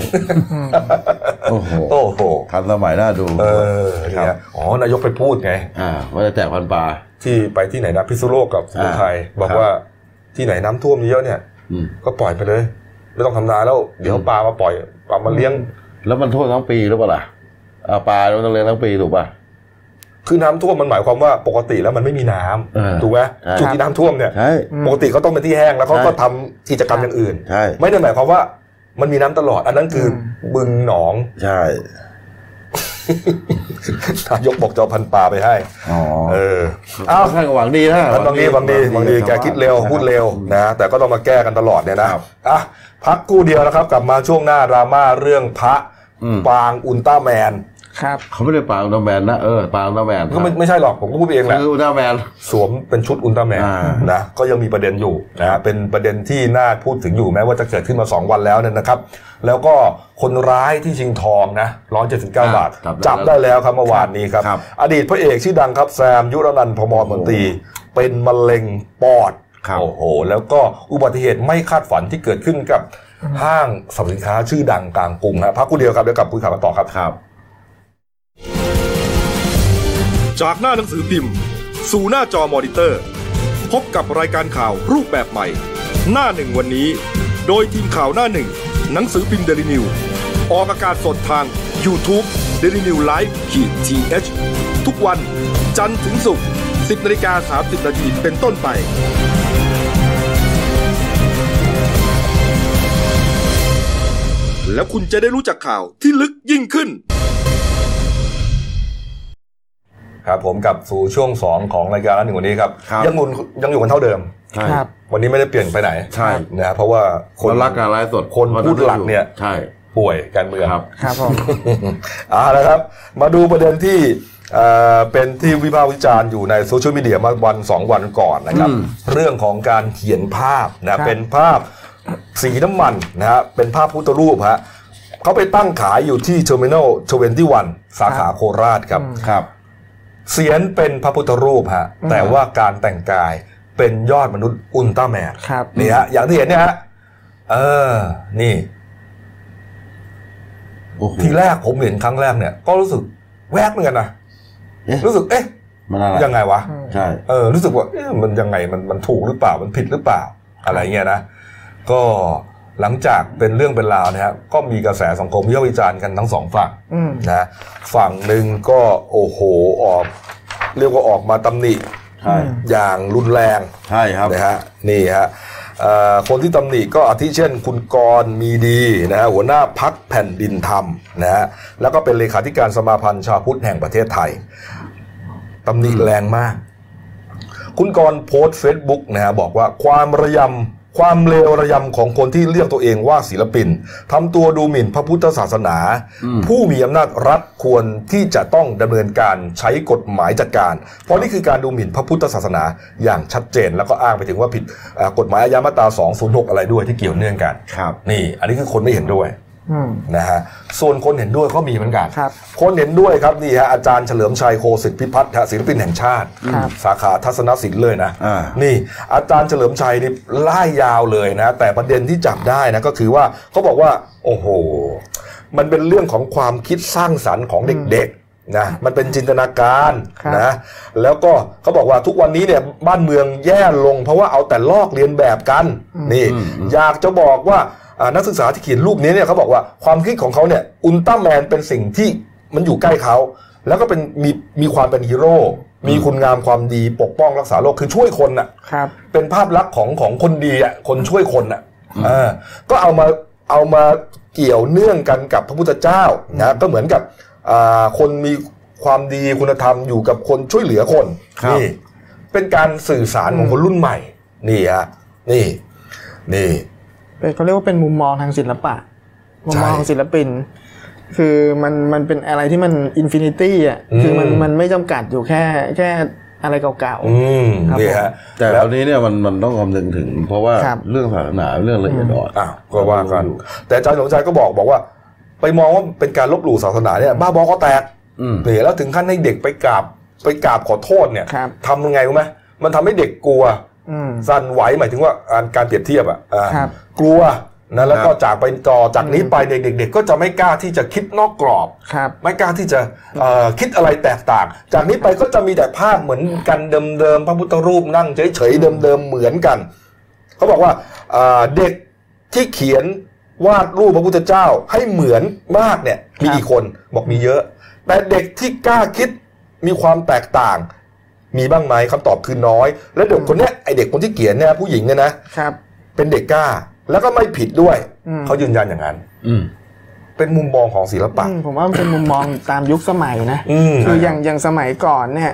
โอ้โห
โอ้โห
ทันสมัยน่าดู
เออเนี่ยอ๋อนายกไปพูดไง
อ่าว่าจะแจกพันธุ์ปลา
ที่ไปที่ไหนนะพิษณุโลกกับสุโขทัย
อ่า
บอก
ครับ
ว่าที่ไหนน้ำท่วมเยอะเนี่ย
อืม
ก็ปล่อยไปเลย ไม่ต้องทำนาแล้ว เดี๋ยวปลามาปล่อยปลามาเลี้ยง
แล้วมันโทษทั้งปีหรือเปล่าล่ะอ่าปลามันต้องเลี้ยงทั้งปีถูกป่ะ
คือน้ำท่วมมันหมายความว่าปกติแล้วมันไม่มีน้ำ
เออ
ถูกไหม
ครับ
จุดที่น้ำท่วมเนี่ย
ใช่
ปกติเขาต้องเป็นที่แห้งแล้วเขา
ใช่
ก็ทำกิจกรรมอย่างอื่น
ใช่
ไม่ได้หมายความว่ามันมีน้ำตลอด อันนั้นคืออบึงหนอง
ใช่
นายกบอกจะเอาพันปลาไปให้
อ๋อ
เอออ้าว
ท่านก็หวังดีนะ
มันบางทีบางทีบางทีแกคิดเร็วพูดเร็วนะ แต่ก็ต้องมาแก้กันตลอดเนี่ยนะอ่ะพักกู่เดียวนะครับ กลับมาช่วงหน้าดราม่าเรื่องพระ
อืม
ปางอุลตร้าแมน
ครับ
เขาไม่ได้ปลาอุลตร้าแมนนะเออปลาอุลตร้าแมน
ก็ไม่ไม่ใช่หรอกผมก็พูดเองแหละ
คืออุลตร้าแมน
สวมเป็นชุดอุลตร้าแมน
อ่าน
นะก็ยังมีประเด็นอยู่นะฮะเป็นประเด็นที่น่าพูดถึงอยู่แม้ว่าจะเกิดขึ้นมา 2 วันแล้วเนี่ยนะครับ แล้วก็คนร้ายที่ชิงทองนะร้อยเจ็ดสิบเก้าบาทจับได้แล้วครับเมื่อวานนี้ครับ อดีตพระเอกชื่อดังครับแซมยุรนันท์พมรมนตรีเป็นมะเร็งปอด
ครับ
โอ้โห แล้วก็อุบัติเหตุไม่คาดฝันที่เกิดขึ้นกับห้างสรรพสินค้าชื่อดังกลางกรุงฮะพักกูเดียวครับเดี๋ยวกลับคุยข่าวกันต่อครับ
ครับ
จากหน้าหนังสือพิมพ์ สู่หน้าจอมอนิเตอร์ พบกับรายการข่าวรูปแบบใหม่ หน้าหนึ่งวันนี้ โดยทีมข่าวหน้าหนึ่ง หนังสือพิมพ์เดลิวิวออกอากาศสดทาง y o u t u เดลิวิวไลฟ์ขีดทีเทุกวันจันทร์ถึงศุกร์10นาฬิกา30นาทีเป็นต้นไป แล้วคุณจะได้รู้จักข่าวที่ลึกยิ่งขึ้น ครับผมกลับสู่ช่วง 2 ของรายการแล้วหนึ่งวันนี้ครับ
ครับ
ยังอยู่ยังอยู่กันเท่าเดิม
ใช่
ครับ
วันนี้ไม่ได้เปลี่ยนไปไหน
ใช่
นะเพราะว่าค
คน นรักการไลฟ์สด
คนพูดหลักเนี่ย
ใช่
ป่วยการเมือง
ครับ
ครับผม
เอาละครับ มาดูประเด็นที่เอ่อเป็นที่วิพากษ์วิจารณ์อยู่ในโซเชียลมีเดียมาวันสองวันก่อนนะครับ
อืม
เรื่องของการเขียนภาพ
ครั
นะ
บ
เป็นภาพสีน้ำมันนะฮะเป็นภาพพุทธรูปฮะเขาไปตั้งขายอยู่ที่เทอร์มินอล21 สาขาโคราชครับ
ครับ
เสียนเป็นพระพุทธรูปฮะแต่ว่าการแต่งกายเป็นยอดมนุษย์อุลตร้าแมน
ครับ
นี่ฮะอย่างที่เห็นเนี่ยฮะเออ นี่
โอ้โห
ทีแรกผมเห็นครั้งแรกเนี่ย ก็รู้สึกแวกเหมือนกันนะ
เอ๊ะ
รู้สึกเอ๊ะ
มันอะไร
ยังไงวะ
ใช่
เออรู้สึกว่าเอ๊ะมันยังไงมันมันถูกหรือเปล่ามันผิดหรือเปล่าอะไรเงี้ยนะก็หลังจากเป็นเรื่องเป็นราวนะฮะก็มีกระแสสังคมวิพากษ์วิจารณ์กันทั้งสองฝั่ง
อืม
นะฝั่งหนึ่งก็โอ้โหออก เรียกว่าออกมาตำหนิ
ใช่
อย่างรุนแรง
ใช่ครับ
นะฮะนี่ฮะเอ่อคนที่ตำหนิก็อาทิเช่น คุณกรณ์มีดีนะฮะหัวหน้าพักแผ่นดินธรรมนะฮะแล้วก็เป็นเลขาธิการสมาพันธ์ชาวพุทธแห่งประเทศไทยตำหนิแรงมาก คุณกรณ์โพสต์เฟซบุ๊กนะฮะบอกว่าความระยำความเลวระยำของคนที่เรียกตัวเองว่าศิลปินทำตัวดูหมิ่นพระพุทธศาสนา
อืม
ผู้มีอำนาจรัฐควรที่จะต้องดำเนินการใช้กฎหมายจัดการ เพราะนี่คือการดูหมิ่นพระพุทธศาสนาอย่างชัดเจน แล้วก็อ้างไปถึงว่าผิดเอ่อกฎหมายอาญามาตรา 206 อะไรด้วยที่เกี่ยวเนื่องกัน
ครับ
นี่ อันนี้คือคนไม่เห็นด้วย
อืม
นะฮะส่วนคนเห็นด้วยก็มีเหมือนกัน
ครับ
คนเห็นด้วยครับนี่ฮะอาจารย์เฉลิมชัยโคสิทธิพิพัฒน์ฮะศิลปินแห่งชาติ
ครับ
สาขาทัศนศิลป์เลยนะ
อ่า
นี่อาจารย์เฉลิมชัยนี่ไล่ยาวเลยนะ แต่ประเด็นที่จับได้นะก็คือว่าเขาบอกว่า โอ้โห มันเป็นเรื่องของความคิดสร้างสรรค์ของเด็กๆนะมันเป็นจินตนาการ
ครับ
นะแล้วก็เขาบอกว่าทุกวันนี้เนี่ยบ้านเมืองแย่ลง เพราะว่าเอาแต่ลอกเลียนแบบกันนี่ อยากจะบอกว่าอ่านักศึกษาที่เขียนรูปนี้เนี่ยเขาบอกว่าความคิดของเขาเนี่ยอุลตร้าแมนเป็นสิ่งที่มันอยู่ใกล้เขา แล้วก็เป็นมีมีความเป็นฮีโร่ มีคุณงามความดีปกป้องรักษาโลกคือช่วยคนน่ะ
ครับ
เป็นภาพลักษณ์ของของคนดีอ่ะคนช่วยคนอ่ะเออก็เอามาเอามาเกี่ยวเนื่องกันกับพระพุทธเจ้านะก็เหมือนกับอ่าคนมี ความดีคุณธรรมอยู่กับคนช่วยเหลือคน
ครับ
นี่เป็นการสื่อสารของคนรุ่นใหม่ นี่ฮะนี่ นี่
เป็นเขาเรียกว่าเป็นมุมมองทางศิลปะ มุมมองของ
ใช่
ศิลปิน คือมันมันเป็นอะไรที่มันอินฟินิตี้อ่ะ
อืม
คือมันมันไม่จำกัดอยู่แค่แค่อะไรเก่า
อืม
ครับ
นี่ฮะ
แต่คราวนี้เนี่ยมันมันต้องคำนึงถึง เพราะว่า
ครับ
เรื่องศาสนาเรื่องละเอียดอ่อน
อ้าวก็ว่ากัน แต่อาจารย์สมชายก็บอกบอกว่า ไปมองว่าเป็นการลบหลู่ศาสนาเนี่ยบ้าบอก็แตก
อืม
เนี่ยแล้วถึงขั้นให้เด็กไปกราบไปกราบขอโทษเนี่ย
ครับ
ทำยังไงรู้ไหมมันทำให้เด็กกลัว
ๆ อืม
สั่นไหวหมายถึงว่าอ่าการเปรียบเทียบอะอ่า
ครับ
กลัวนะแล้วก็
ครับ
จากไปต่อจากนี้ไปเด็กๆเด็กๆก็จะไม่กล้าที่จะคิดนอกกรอบ
ครับ
ไม่กล้าที่จะเอ่อคิดอะไรแตกต่าง จากนี้ไปก็จะมีแต่ภาพเหมือนกันเดิมๆพระพุทธรูปนั่งเฉยๆเดิมๆเหมือนกันเขาบอกว่าเอ่อเด็กที่เขียนวาดรูปพระพุทธเจ้าให้เหมือนมากเนี่ยมีกี่คนบอกมีเยอะ แต่เด็กที่กล้าคิดมีความแตกต่าง มีบ้างไหมคำตอบคือน้อย แล้วเด็กคนเนี้ยไอเด็กคนที่เขียนเนี่ยผู้หญิงเนี่ยนะครับ เป็นเด็กกล้าแล้วก็ไม่ผิดด้วย
อืม
เขายืนยันอย่างนั้น
อืม
เป็นมุมมองของศิลปะ
อืมผมว่ามันเป็นมุมมองตามยุคสมัยนะ
อืม
คืออย่างอย่างสมัยก่อนเนี่ย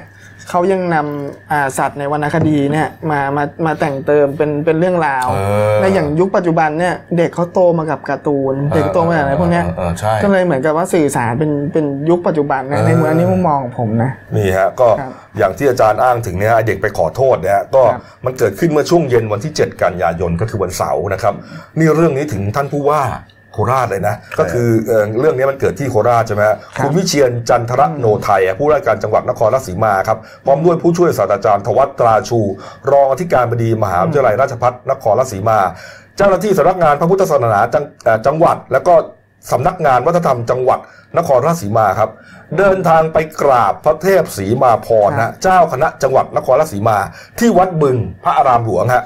เขายังนำอ่าสัตว์ในวรรณคดีเนี่ยมามามาแต่งเติมเป็นเป็นเรื่องราว
เออ
และอย่างยุคปัจจุบันเนี่ยเด็กเขาโตมากับการ์ตูน เด็กโตมากับอะไรพวกเนี้ย
ออออใช่
ก็เลยเหมือนกับว่าสื่อสารเป็นเป็นยุคปัจจุบันนะในมุมอันนี้มุมมองของผมนะ
นี่ฮะก็
ครับ
อย่างที่อาจารย์อ้างถึงเนี่ยฮะเด็กไปขอโทษนะฮะก็
ครับ
มันเกิดขึ้นเมื่อช่วงเย็นวันที่ 7 กันยายนก็คือวันเสาร์นะครับ นี่เรื่องนี้ถึงท่านผู้ว่าโคราชเลยนะ ก็คือเอ่อเรื่องนี้มันเกิดที่โคราชใช่ไหมฮะคุณวิเชียนจันทระโนไทยผู้ราชการจังหวัดนครราชสีมาครับพร้อมด้วยผู้ช่วยศาสตราจารย์ทวัตตราชู รองอธิการบดีมหาวิทยาลัยราชภัฏนครราชสีมา เจ้าหน้าที่สำนักงานพระพุทธศาสนาจังเอ่อจังหวัด แล้วก็สำนักงานวัฒนธรรมจังหวัดนครราชสีมาครับ เดินทางไปกราบพระเทพศรีมาพร
ครั
นะ
บ
เจ้าคณะจังหวัดนครราชสีมา ที่วัดบึงพระอารามหลวงฮะ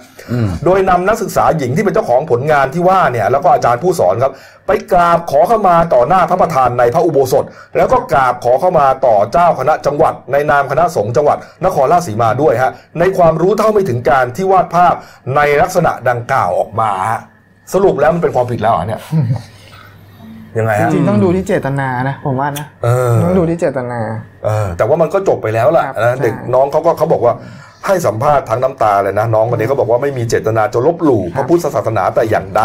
โดยนำนักศึกษาหญิงที่เป็นเจ้าของผลงานที่ว่าเนี่ยแล้วก็อาจารย์ผู้สอนครับ ไปกราบขอเข้ามาต่อหน้าพระประธานในพระอุโบสถ แล้วก็กราบขอเข้ามาต่อเจ้าคณะจังหวัด ในนามคณะสงฆ์จังหวัด นครราชสีมาด้วยฮะในความรู้เท่าไม่ถึงการที่วาดภาพในลักษณะดังกล่าวออกมาฮะสรุปแล้วมันเป็นความผิดแล้วเหรอเนี่ย ยังไง
จ
ฮะ
ริงๆต้องดูที่เจตนานะ ผมว่านะ
เออ
ต้องดูที่เจตนา
เออแต่ว่ามันก็จบไปแล้วล่ะ
ครับ
นะเด็ก
ใช่
น้องเขาก็เขาบอกว่าให้สัมภาษณ์ทั้งน้ำตาเลยนะ น้องคนนี้เขาบอกว่าไม่มีเจตนาจะลบหลู่พระพุทธศาสนาแต่อย่างใด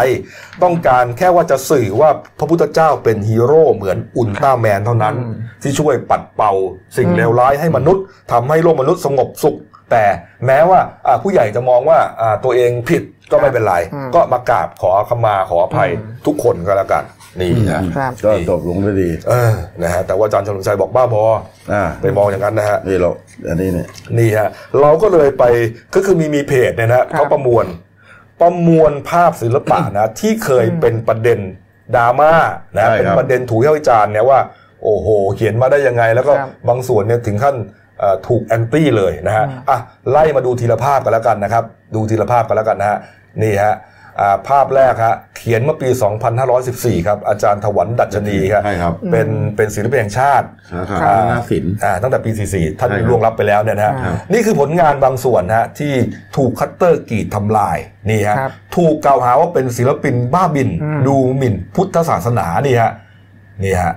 ต้องการแค่ว่าจะสื่อว่าพระพุทธเจ้าเป็นฮีโร่เหมือนอุลตร้าแมนเท่านั้น ที่ช่วยปัดเป่าสิ่ง
อืม
เลวร้ายให้มนุษย์ทำให้โลกมนุษย์สงบสุข แต่แม้ว่าอ่าผู้ใหญ่จะมองว่าอ่าตัวเองผิดก็ไม่เป็นไร
อืม
ก็มากราบขอขมาขออภัยทุกคนก็แล้วกันนี่นะครับ
ก็จบลงด้วยดี
เออนะฮะแต่ว่าอาจารย์เฉลิมชัยบอกบ้าบอ
อ่า
ไปมองอย่างนั้นนะฮะ
นี่เราอันนี้เนี่ย
นี่ฮะเราก็เลยไปก็คือมีมีเพจเนี่ยนะฮะ
ครับ
เขาประมวล ประมวลภาพศิลปะนะ ที่เคยเป็นประเด็นดราม่านะ
ใช่ครั
เป็
บ
นประเด็นถูกวิจารณ์เนี่ยว่า โอ้โห เขียนมาได้ยังไง แล้วก็บางส่วนเนี่ยถึงขั้นเอ่อถูกแอนตี้เลยนะฮะอ่ะไล่มาดูทีละภาพกันแล้วกันนะครับ ดูทีละภาพกันแล้วกันนะฮะนี่ฮะอ่าภาพแรกฮะเขียนเมื่อปี 2514 ครับ อาจารย์ถวันดัชนีครับ
ใช่ครับ
เป็นเป็นศิลปินแห่งชาติ
สาขาคณะศิลป์
อ่าตั้งแต่ปี 44 ท่าน
ใช่ครับ
ล่วงรับไปแล้วเนี่ยนะฮะ
ครับ
นี่คือผลงานบางส่วนนะฮะที่ถูกคัตเตอร์กรีดทำลายนี่ฮะ
ครับ
ถูกกล่าวหาว่าเป็นศิลปินบ้าบิน
อืม
ดูหมิ่นพุทธศาสนานี่ฮะนี่ฮะ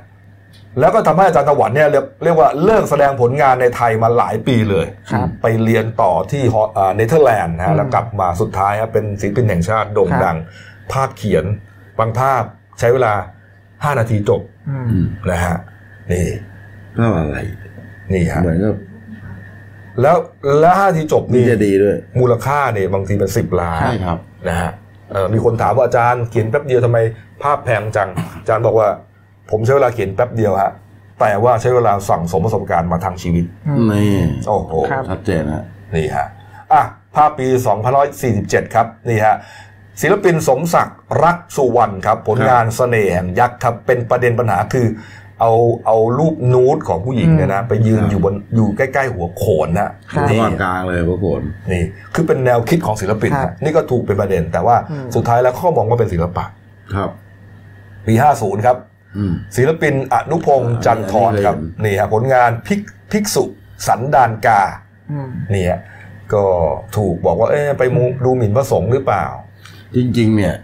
แล้วก็ทำให้อาจารย์ตะวันเนี่ยเรียกเรียกว่าเลิกแสดงผลงานในไทยมาหลายปีเลย
ครับ
ไปเรียนต่อที่ฮออ่าเนเธอร์แลนด์นะ
อื
ฮะ
ม
แล้วกลับมาสุดท้ายฮะเป็นศิลปินแห่งชาติโด่ง
ครับ
ดัง ภาพเขียนบางภาพใช้เวลา 5 นาทีจบ
อืม
นะฮะนี่
ก็อะไร
นี่ฮะ
เหมือนกับ
แล้วแล้วห้าทีจบ
นี่
นี่
จะดีด้วย
มูลค่าเนี่ยบางทีเป็นสิบล้าน
ใช่ครับ
นะฮะเอ่อมีคนถามว่าอาจารย์เขียนแป๊บเดียวทำไมภาพแพงจัง อาจารย์บอกว่า ผมใช้เวลาเขียนแป๊บเดียวฮะแต่ว่าใช้เวลาสั่งสมประสบการณ์มาทางชีวิต
นี่
โอ้โห
ครับ
ชัดเจนนะ
นี่ฮะ อ่ะ ภาพปี 2547 ครับ นี่ฮะ ศิลปินสมศักดิ์รักสุวรรณครับ ผลงานเสน่ห์แห่งยักษ์ครับ เป็นประเด็นปัญหาคือ เอาเอารูปนูดของผู้หญิงเนี่ยนะ ไปยืน
ครับ
อยู่บนอยู่ใกล้ ๆ หัวโขนนะ
ค รับ
นี่
ตอนกลางเลยพระโขน
นี่คือเป็นแนวคิดของศิลปิน
ครับ
นะนี่ก็ถูกเป็นประเด็น แต่ว่า
อืม
สุดท้ายแล้วเขามองว่าเป็นศิลปะ
ครับ
ปี 50 ครับ
อืม
ศิลปินอนุพงษ์
อ่า
จันทร์ทรครับ
อันนี้
นี่
เคยเห็น
ฮะผลงานพิกพิกษุสันดานกา
อืม
นี่ฮะก็ถูกบอกว่าเอ๊ะไปมูดูหมิ่นพระสงฆ์หรือเปล่า
จริง ๆ เนี่ย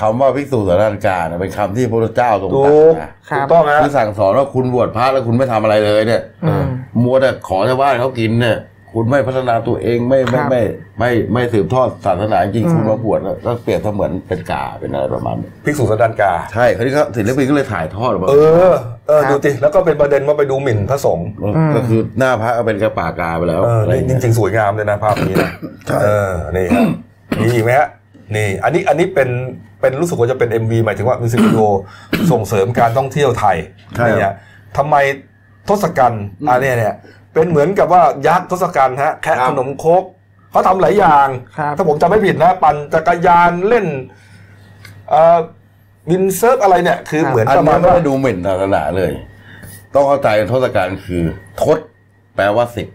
คำว่าภิกษุสารันกาเนี่ยเป็นคำที่พระพุทธเจ้าทรง
ถู
ตรัส
ก
นะ
ครั
ถู
บ
กต้องฮะ
ที่สั่งสอนว่าคุณบวชพระแล้วคุณไม่ทำอะไรเลยเนี่ย
อืม
มัวแต่ขอชาวบ้านเขากินเนี่ย คุณไม่พัฒนาตัวเองไม่ไม่
ครับ
ไม่ไม่ไม่ไม่สืบทอดศาสนาจริง
อืม
คุณมาบวชแล้วก็เปรียบเสมือนเป็นกาเป็นอะไรประมาณนี้
ภิกษุสันดานกา
ใช่เขาที่เขาศิลปินก็เลยถ่ายทอดออกมา
เออ เออ
ครับ
ดูสิแล้วก็เป็นประเด็นว่าไปดูหมิ่นพระสงฆ์
ก็คือหน้าพระก็เป็นกระป่ากาไปแล้ว
เออ
อะไร
นี่
อย่าง
จ
เงี้ย
ริงๆ สวยงามเลยนะภาพนี้นะเออ นี่ฮะมีอีกไหมฮะ นี่ อันนี้ อันนี้เป็น เป็นรู้สึกว่าจะเป็น MV หมายถึงว่ามิวสิกวิดีโอ ส่งเสริมการท่องเที่ยวไทย
ใช่
นี่ฮะทำไมทศกัณฐ์อันนี้เนี่ย เป็นเหมือนกับว่ายักษ์ทศกัณฐ์ฮะ แค่ขนมโครกเขาทำหลายอย่าง
ครับ
ถ้าผมจำไม่ผิดนะ ปั่นจักรยานเล่น เอ่อวินเซิร์ฟอะไรเนี่ย คือเหมือน
อัน
ประมาณ
นี้ไม่
ว่า
ได้ดูหมิ่นศาสนาเลย ต้องเข้าใจทศกัณฐ์คือทศแปลว่าสิบ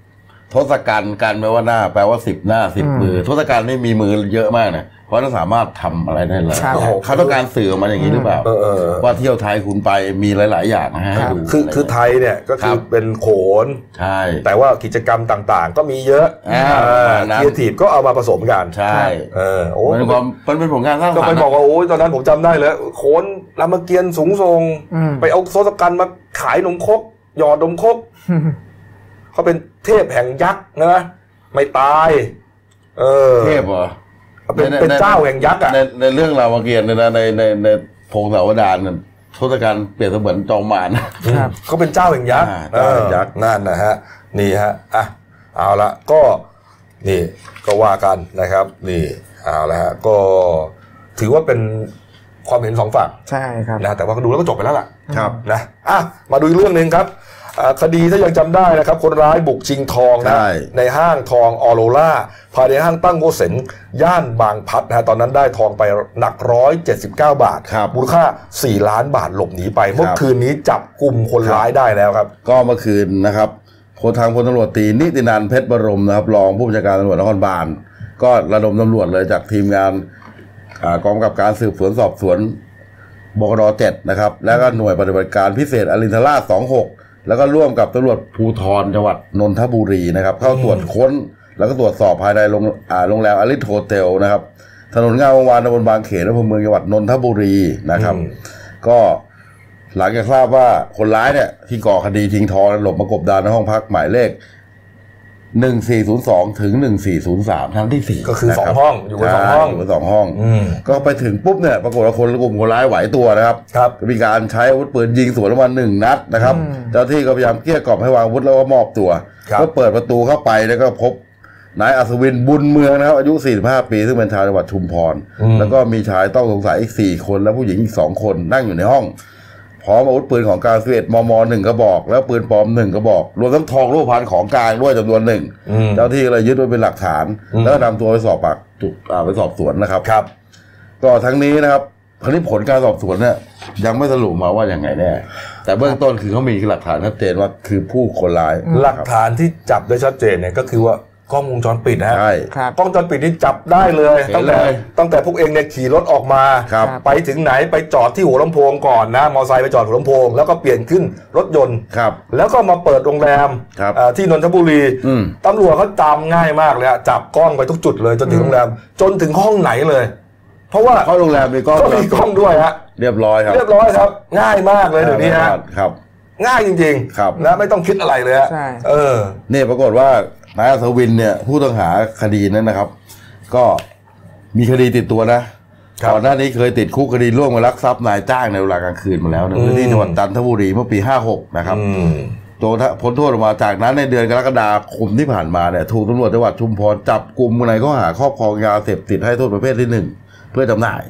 ทศกัณฐ์การแปลว่าหน้า แปลว่าสิบหน้าสิบมือ ทศกัณฐ์นี่มีมือเยอะมากนะเพราะนั้นสามารถทำอะไรได้เลย
ครับ
เขาต้องการสื่อออกมาอย่างนี้หรือเปล่า
เออเออ
ว่าเที่ยวไทยคุณไปมีหลาย ๆ อย่างให้ดู
คือ คือ
ใช่
ไทยเนี่ย ก็คือ
ครับ
เป็นโขน
ใช่
แต่ว่ากิจกรรมต่างๆ ก็มีเยอะ
อ่านั้น
เทียทีฟก็เอามาผสมกัน
ใช่
เออโอ้
มันเป็นความมันเป็นผลงานสร้างส
ก็
ร
ไป
รค์
บอกว่าโอ้ยตอนนั้นผมจำได้เลยโขนรามเกียรติ์สูงทรง
อืม
ไปเอาโซสกันมาขายนมครกหยอดนมครกเขาเป็นเทพแห่งยักษ์นะไม่ตาย เออ
เทพเหรอ
เป็นเป็นเจ้าแห่งยักษ์อ่ะ
ในในเรื่องรามเกียรติเนี่ยนะในในในพงศาวดารเนี่ยทศกัณฐ์เปรียบเสมือนจอมมาร
ครับ
เขาเป็นเจ้าแห่งยักษ์
อ่า
เอ
เจ้า
อ
แห่งยักษ์
นั่นนะฮะ นี่ฮะ อ่ะ เอาละ ก็ นี่ ก็ว่ากันนะครับ นี่ เอาละฮะ ก็ ถือว่าเป็นความเห็นสองฝั่ง
ใช่ครับ
นะ แต่ว่าก็ดูแล้วก็จบไปแล้วล่ะ
ครับ
นะ อ่ะ มาดูอีกเรื่องหนึ่งครับอ่าคดีถ้ายังจำได้นะครับ คนร้ายบุกชิงทองนะ
ใช่
ในห้างทองออโรล่าภายในห้างตั้งโกเสนย่านบางพลัดนะฮะตอนนั้นได้ทองไปหนัก 179 บาท
ครับ
มูลค่า 4 ล้านบาทหลบหนีไป เมื่อ
ครับ
คืนนี้จับกลุ่มคนร้ายได้แล้วครับ
ก็เมื่อคืนนะครับพลทางพลตำรวจตรีนิตินันท์เพชรบรมนะครับรองผู้บัญชาการตำรวจนครบาลก็ระดมตำรวจเลยจากทีมงานอ่ากองกำกับการสืบสวนสอบสวนบกรเจ็ดนะครับ แล้วก็หน่วยปฏิบัติการพิเศษอรินทราชสองหกแล้วก็ร่วมกับตำรวจภูธรจังหวัดนนทบุรีนะครับ เข้าตรวจค้น แล้วก็ตรวจสอบภายในโรงอ่าโรงแรมอลิทโฮเทลนะครับ ถนนงามวงศ์วานตำบลบางเขนอำเภอเมืองจังหวัดนนทบุรีนะครับ
อืม
ก็หลังจากทราบว่าคนร้ายเนี่ย ที่ก่อคดีทิ้งทองและหลบมากบดานในห้องพักหมายเลข 1402 ถึง 1403 ทั้งที่สี่
ก็คือ
นะ
สอง
รับ
ห้องอยู่กันสองห้อง
ใช่ยู่กันสองห้อง
อืม
ก็ไปถึงปุ๊บเนี่ยปรากฏว่าคนกลุ่มคนร้ายไหวตัวนะครับ
ครับ
ก็มีการใช้อาวุธปืนยิงสวนออกมาหนึ่งนัดนะครับ เจ้าหน้าที่ก็พยายามเกลี้ยกล่อมให้วางอาวุธแล้วก็มอบตัว
ครับ
ก็เปิดประตูเข้าไปแล้วก็พบนายอัศวินบุญเมืองนะครับ อายุ 45 ปีซึ่งเป็นชาวจังหวัดชุมพร แล้วก็มีชายต้องสงสัยอีก 4 คนและผู้หญิงอีก 2 คนนั่งอยู่ในห้อง พร้อมอาวุธปืนของกลางสิบเอ็ดมมหนึ่งกระบอก แล้วปืนปลอมหนึ่งกระบอก รวมทั้งทองรูปพรรณของกลางด้วยจำนวนหนึ่ง
อืม
เจ้าหน้าที่ก็เลยยึดไว้เป็นหลักฐาน แล้วก็นำตัวไปสอบปากอ่าไปสอบสวนนะครับ
ครับ
ก็ทั้งนี้นะครับคราวนี้ผลการสอบสวนเนี่ยยังไม่สรุปมาว่าอย่างไงแน่ แต่เบื้องต้นคือเขามีหลักฐานชัดเจนว่าคือผู้คนร้าย
หลักฐานที่จับได้ชัดเจนเนี่ยก็คือว่ากล้องวงจรปิดนะฮะ
ใช่
ครับ
กล้องวงจรปิดนี่จับได้เลย
เห็น
ตั้งแต่
เลย
ตั้งแต่พวกเองเนี่ยขี่รถออกมา
ครับ
ไปถึงไหนไปจอดที่หัวลำโพงก่อนนะ มอไซค์ไปจอดหัวลำโพง แล้วก็เปลี่ยนขึ้นรถยนต์
ครับ
แล้วก็มาเปิดโรงแรม
ครับ
เอ่อที่นนทบุรี
อืม
ตำรวจเขาจำง่ายมากเลยอะจับกล้องไปทุกจุดเลยจนถึงโรงแรม จนถึงห้องไหนเลย เพราะว่า
เข้าโรงแรมมีกล้อง
ก็มีกล้องด้วยฮะ
เรียบร้อยครับ
เรียบร้อยครับ ง่ายมากเลยเดี๋ยวนี้ฮะ
ครับ
ง่ายจริงๆ
ครับ
นะไม่ต้องคิดอะไรเลยฮะ
ใช่
เออ
นี่ปรากฏว่านายอัศวินเนี่ยผู้ต้องหาคดีนั้นนะครับ ก็มีคดีติดตัวนะครับ ก่อนหน้านี้เคยติดคุกคดีร่วมกันลักทรัพย์นายจ้างในเวลากลางคืนมาแล้วในพื้นที่
อืม
จังหวัดจันทบุรีเมื่อปี 56 นะครับ
อืม
โดนพ้นโทษออกมาจากนั้นในเดือนกรกฎาคมที่ผ่านมาเนี่ยถูกตำรวจจังหวัดชุมพรจับกลุ่มในข้อหาครอบครองยาเสพติดให้โทษประเภทที่หนึ่งเพื่อจำหน่าย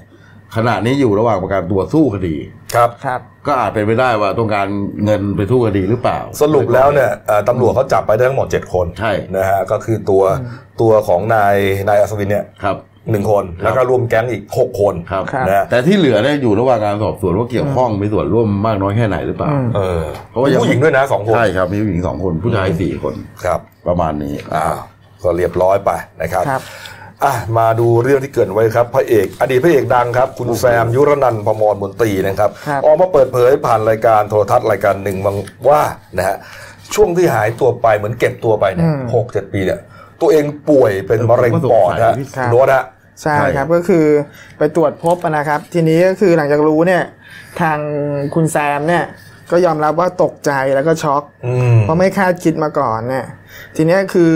ขณะนี้อยู่ระหว่างประกันตัวสู้คดี
ครับ
ครับ
ก็อาจเป็นไปได้ว่าต้องการเงินไปสู้คดีหรือเปล่า
สรุปแล้วเนี่ยเอ่อตำรวจเขาจับไปได้ทั้งหมด 7 คน
ใช่
นะฮะ ก็คือตัวตัวของนายนายอัศวินเนี่ย
ครับ
หนึ่งคน แล้วก็รวมแก๊งอีก 6 คน
ครับ
ครับ
นะฮะ
แต่ที่เหลือเนี่ยอยู่ระหว่างการสอบสวนว่าเกี่ยวข้องมีส่วนร่วมมากน้อยแค่ไหนหรือเปล่า
อืม
เออ
เพราะว่ายัง
ผู้หญิงด้วยนะสองคน
ใช่ครับมีผู้หญิงสองคนผู้ชายสี่คน
ครับ
ประมาณนี้
อ่าวก็เรียบร้อยไปนะครับ
ครับ
อ่ะมาดูเรื่องที่เกริดไว้ครับพระเอกอดีตพระเอกดังครับ คุณแซมยุรนันท์พมรมนตรีนะครับ
ครับ
ออกมาเปิดเผยผ่านรายการโทรทัศน์รายการหนึ่งบางว่านะฮะช่วงที่หายตัวไปเหมือนเก็บตัวไปเนี่ยหกเจ็ดปีเนี่ยตัวเองป่วยเป็นมะเร็งปอดฮะ
ผมก็สงสัย
ครับ
โดนฮะ
ใช่
ใช่
ครับก็คือไปตรวจพบนะครับ ทีนี้ก็คือหลังจากรู้เนี่ย ทางคุณแซมเนี่ยก็ยอมรับว่าตกใจแล้วก็ช็อก
อืม
เพราะไม่คาดคิดมาก่อนเนี่ยทีเนี้ยคือ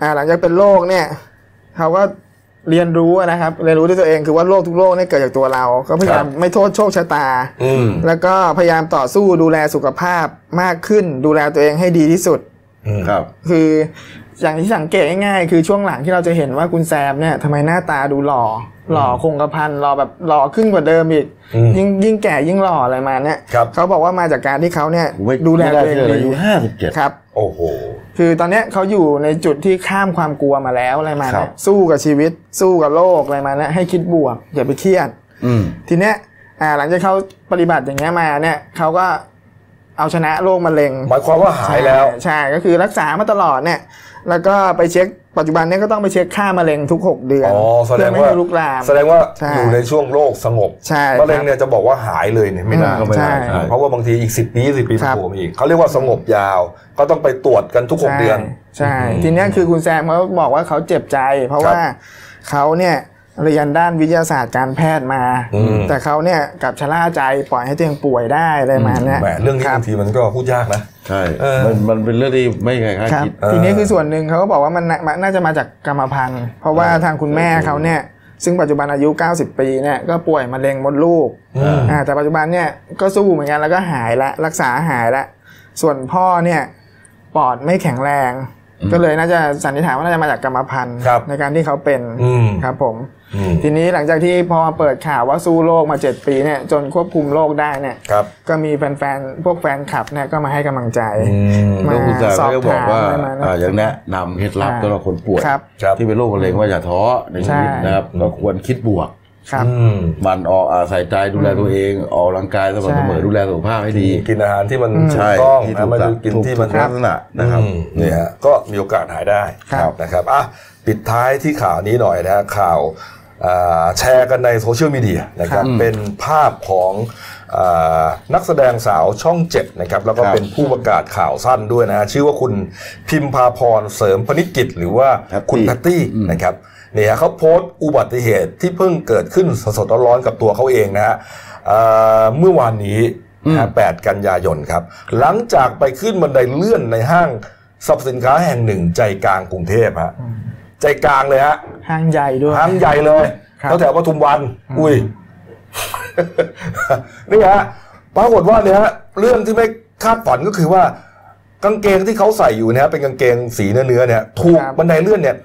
อ่าหลังจากเป็นโรคเนี่ยเขาก็เรียนรู้นะครับ เรียนรู้ด้วยตัวเองคือว่าโรคทุกโรคเนี่ยเกิดจากตัวเรา ก็พยายามไม่โทษโชคชะตา
อืม
แล้วก็พยายามต่อสู้ดูแลสุขภาพมากขึ้น ดูแลตัวเองให้ดีที่สุด
ครับ
คืออย่างที่สังเกตง่ายๆ คือช่วงหลังที่เราจะเห็นว่าคุณแซมเนี่ยทำไมหน้าตาดูหล่อ หล่อคงกระพันหล่อแบบหล่อขึ้นกว่าเดิมอีก
อืม
ยิ่งยิ่งแก่ยิ่งหล่ออะไรมาเนี่ย
ครับ
เขาบอกว่ามาจากการที่เขาเนี่ย
ไม่
ดูแล
ไม่ได้
ตัวเอง
เลย
ดี
อายุห้าสิบเจ็ด
ครับ
โอ้โห
คือตอนเนี้ยเขาอยู่ในจุดที่ข้ามความกลัวมาแล้วอะไรมา
ครั
เนี่ย
บ
สู้กับชีวิต สู้กับโลกอะไรมาเนี่ยให้คิดบวกอย่าไปเครียด
อืม
ทีเนี้ยอ่าหลังจากเขาปฏิบัติอย่างเงี้ยมาเนี่ยเขาก็เอาชนะโรคมะเร็ง
หมายความว่าหายแล้ว
ใช่ก็คือรักษามาตลอดเนี่ย แล้วก็ไปเช็คปัจจุบันเนี่ยก็ต้องไปเช็คค่ามะเร็งทุก 6 เดือน
อ๋อแสด
เพื่อง ไม่
ว่า
ให้ลุกลาม
แสดงว่า
ใช่
อยู่ในช่วงโรคสงบ
ใช่
มะเร็งเนี่ยจะบอกว่าหายเลยเนี่ยไม่ได้
อืม
ก็ไม่ได้
ใช่
เพราะว่าบางทีอีก 10 ปีสิปี
ครับ
โผล่มาอีกเขาเรียกว่าสงบยาว ก็ต้องไปตรวจกันทุกหก
ใช่
เดือน
ใช่ทีเนี้ยคือคุณแซมเขาบอกว่าเขาเจ็บใจ เพราะ
ครับ
ว่าเขาเนี่ยเรียนด้านวิทยาศาสตร์การแพทย์มา
อืม
แต่เขาเนี่ยกลับชะล่าใจปล่อยให้ตัวเองป่วยได้อะไรประมาณเนี้ย
แหมเรื่องนี้
คบ
บางทีมันก็พูดยากนะ
ใช่
เออ
มันมันเป็นเรื่องที่ไม่มีใครคาด
ครับ
คิด
เออ
ทีนี้คือส่วนหนึ่งเขาก็บอกว่ามันน่ะมันน่าจะมาจากกรรมพันธุ์ เพราะว่าทางคุณแม่เขาเนี่ย ซึ่งปัจจุบันอายุ 90 ปีเนี่ยก็ป่วยมะเร็งมดลูกอ่าแต่ปัจจุบันเนี่ยก็สู้เหมือนกันแล้วก็หายละรักษาหายละส่วนพ่อเนี่ยปอดไม่แข็งแรง ก็เลยน่าจะสันนิษฐานว่าน่าจะมาจากกรรมพันธุ์
ครับ
ในการที่เขาเป็น
อืม
ครับผม
อืม
ทีนี้หลังจากที่พอเปิดข่าวว่าสู้โรคมา 7 ปีเนี่ยจนควบคุมโรคได้เนี่ย
ครับ
ก็มีแฟนๆพวกแฟนคลับเนี่ยก็มาให้กำลังใจ
อืม
มา
แล้วคุณแซม
สอบ
ก็จะบอกว่า
ถามอะไรมานะ
อ่าอย่างแนะนำเคล็ดลับ
อ่า
สำหรับคนป่วย
ครับ
ครับ
ที่เป็นโรคมะเร็งว่าอย่าท้อในชีวิต
ใช่
นะครับก็ควรคิดบวก
ครับ
อืม
หมันออกอาใส่ใจดูแลตัวเอง ออกกำลังกายสม่ำเสมอ
ใช่
ดูแลสุขภาพให้ดี
กินอาหารที่มันถู
ใช่
กต้อง
ที่
นะ
ถูก
ไม่
ลั
ได้
ก
กิน
ถูก
ที่มัน
ลักษณะนะครับ
อืมเนี่ยฮะก็มีโอกาสหายได้
ครับ
นะครับอ่ะปิดท้ายที่ข่าวนี้หน่อยนะฮะข่าวอ่าแชร์กันในโซเชียลมีเดียนะครับ เป็นภาพของอานักแสดงสาวช่องเจ็ดนะครับ แล้วก็เป็นผู้ประกาศข่าวสั้นด้วยนะฮะชื่อว่าคุณพิมพาพรเสริมพนิจกิจหรือว่าคุณแพตตี้นะครับเนี่ยฮะเขาโพสต์อุบัติเหตุที่เพิ่งเกิดขึ้นสดๆร้อนๆกับตัวเขาเองนะฮะอ่าเมื่อวานนี้ นะฮะ8กันยายนครับ หลังจากไปขึ้นบันไดเลื่อนในห้างสรรพสินค้าแห่งหนึ่งใจกลางกรุงเทพฮะ ใจกลางเลยฮะ
ห้างใหญ่ด้วย
ห้างใหญ่เลย
ครับ
แถวแถวปทุมวัน อุ้ย นี่ฮะ ปรากฏว่าเนี่ยฮะ เรื่องที่ไม่คาดฝันก็คือว่า กางเกงที่เขาใส่อยู่เนะฮะเป็นกางเกงสีเนื้อเนื้อๆเนี่ย ถูกบันไดเลื่อนเนี่ย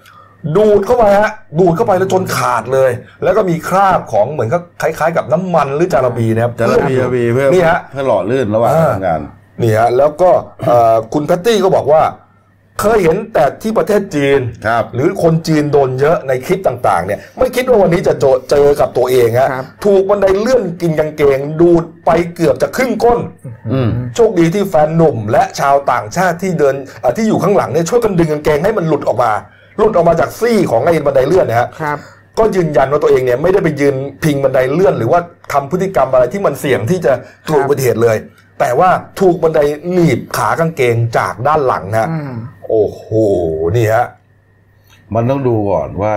ดูดเข้าไปฮะ ดูดเข้าไปแล้วจนขาดเลย แล้วก็มีคราบของเหมือนก็คล้ายๆ กับน้ำมันหรือจาระบีนะครับ
จะระเบียบเพื่อ
นี่ฮะ
เพื่อหล่อลื่นระหว่างการทำงาน
นี่ฮะแล้วก็เอ่อ คุณแพตตี้ก็บอกว่า เคยเห็นแต่ที่ประเทศจีน
ครับ
หรือคนจีนโดนเยอะในคลิปต่างๆ เนี่ย ไม่คิดว่าวันนี้จะเจอเจอกับตัวเองฮะ
ครับ
ถูกบันไดเลื่อนกินกางเกง ดูดไปเกือบจะครึ่งก้น
อืม
โชคดีที่แฟนหนุ่มและชาวต่างชาติที่เดินเอ่อที่อยู่ข้างหลังเนี่ยช่วยกันดึงกางเกงให้มันหลุดออกมา หลุดออกมาจากซี่ของไอ้บันไดเลื่อนนะฮะ
ครับ
ก็ยืนยันว่าตัวเองเนี่ยไม่ได้ไปยืนพิงบันไดเลื่อน หรือว่าทำพฤติกรรมอะไรที่มันเสี่ยงที่จะเกิดอุบัติเหตุเลย แต่ว่าถูกบันไดหนีบขากางเกงจากด้านหลังนะ
อืม
โอ้โหนี่ฮะ
มันต้องดูก่อนว่า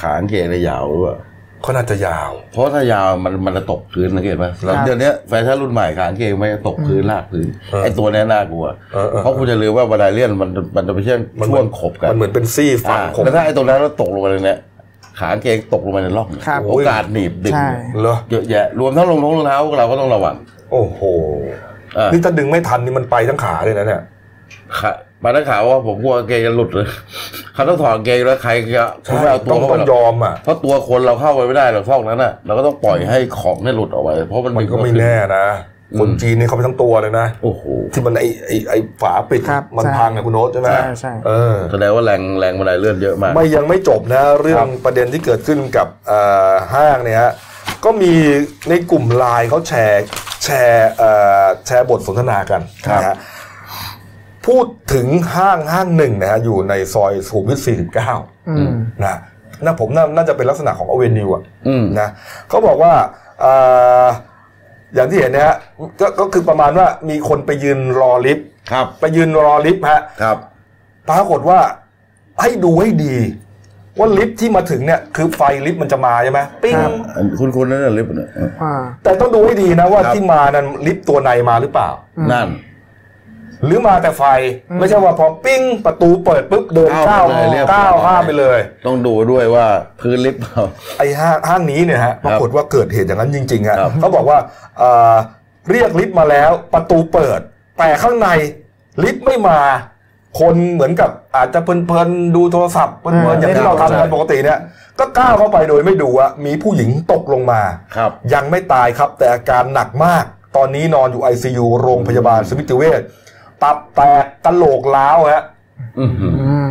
ขากางเกงในยยาวหรือเปล่า
ก็น่าจะยาว
เพราะถ้ายาวมันมันจะตกพื้นสังเกตไหมแล้ว
ครับ
เดี๋ยวนี้แฟชั่นรุ่นใหม่ขากางเกงไม่ตกพื้นลากพื้น
เออ
ไอ้ตัวเนี้ยน่ากลัว
เออเออ
เพราะคุณจะลืมว่าบันไดเลื่อนมันมันจะไปเชื่อมช่วงขบกัน
มันเหมือนเป็นซี่
อ่า
ฝั่งของ
แล้วถ้าไอ้ตรงนั้นเราตกลงไปเลยเนี่ยขากางเกงตกลงไปในร่องเนี่ย
ครับ
โอกาสหนีบดึง
ใช่
เหรอ
เยอะแยะรวมทั้งรองเท้ารองเท้าเราก็ต้องระวัง
โอ้โห
อ่า
นี่ถ้าดึงไม่ทันนี่มันไปทั้งขาเลยนะเนี่ย
ขามาตั้งข่าวว่าผมกลัวกางเกงจะหลุดเลย เขาต้องถอดกางเกงแล้วใครจะคุณไม่เอาตัว
ต้อง
เข้า
ต้
ไป
อง
หร
ย
อก
อมอ่ะ
เพราะตัวคนเราเข้าไปไม่ได้หรอกซอกนั้นน่ะเราก็ต้องปล่อยให้ของเนี่ยหลุดออกไปเพราะมัน
มันก็ไม่แน่นะคนจีนนี่เขาไปทั้งตัวเลยนะ
โอ้โห
ที่มันไอไอไอฝาปิด
ครับ
มัน
ใช่
พังอะคุณโน้ตใช่ไหม
ใช่ใช่
เออ
แสดงว่าแรงแรงบันไดเลื่อนเยอะมาก
ไม่ยังไม่จบนะเรื่อ
ครั
ง
บ
ประเด็นที่เกิดขึ้นกับเอ่อห้างเนี่ยฮะก็มีในกลุ่มไลน์เขาแชร์แชร์เอ่อแชร์บทสนทนากันนะฮะพูดถึงห้างห้างหนึ่งนะฮะอยู่ในซอยสุขุมวิท49
อืม
นะน่าผมน่าน่าจะเป็นลักษณะของอเวนิวอะ
อืม
นะเขาบอกว่าเอ่ออย่างที่เห็นเนะฮะก็ก็คือประมาณว่ามีคนไปยืนรอลิฟต์
ครับ
ไปยืนรอลิฟต์ฮะ
ครับ
ปรากฏว่าให้ดูให้ดี ว่าลิฟต์ที่มาถึงเนี่ยคือไฟลิฟต์มันจะมาใช่ไหมปิ้ง
ครับ
อันคุณคุณนั่นนะลิฟต์น่ะ
อ่า
แต่ต้องดูให้ดีนะว่าที่มานั้นลิฟต์ตัวในมาหรือเปล่า
นั่น
หรือมาแต่ไฟไม่ใช่ว่าพอปิ้งประตูเปิดปุ๊บเดินก้าว
ร้
ก้าวข้ามไปเลย
ต้องดูด้วยว่าพื้นลิฟต์เปล่า
ไอ้ห้างห้างนี้เนี่ยฮะปรากฏว่าเกิดเหตุอย่างนั้นจริงๆอะ
ครับ
เขาบอกว่าเอ่อเรียกลิฟต์มาแล้วประตูเปิด แต่ข้างในลิฟต์ไม่มา คนเหมือนกับอาจจะเพลินๆดูโทรศัพท์เพลินๆ
อ่า
อย่างที่เราทำกันปกติเนี่ยก็ก้าวเข้าไปโดยไม่ดูอะมีผู้หญิงตกลงมา
ครับ
ยังไม่ตายครับแต่อาการหนักมาก ตอนนี้นอนอยู่ ICU โรงพยาบาลสมิติเวชตับแตกกะโหลกล้าวฮะ
อื้อหือ
อืม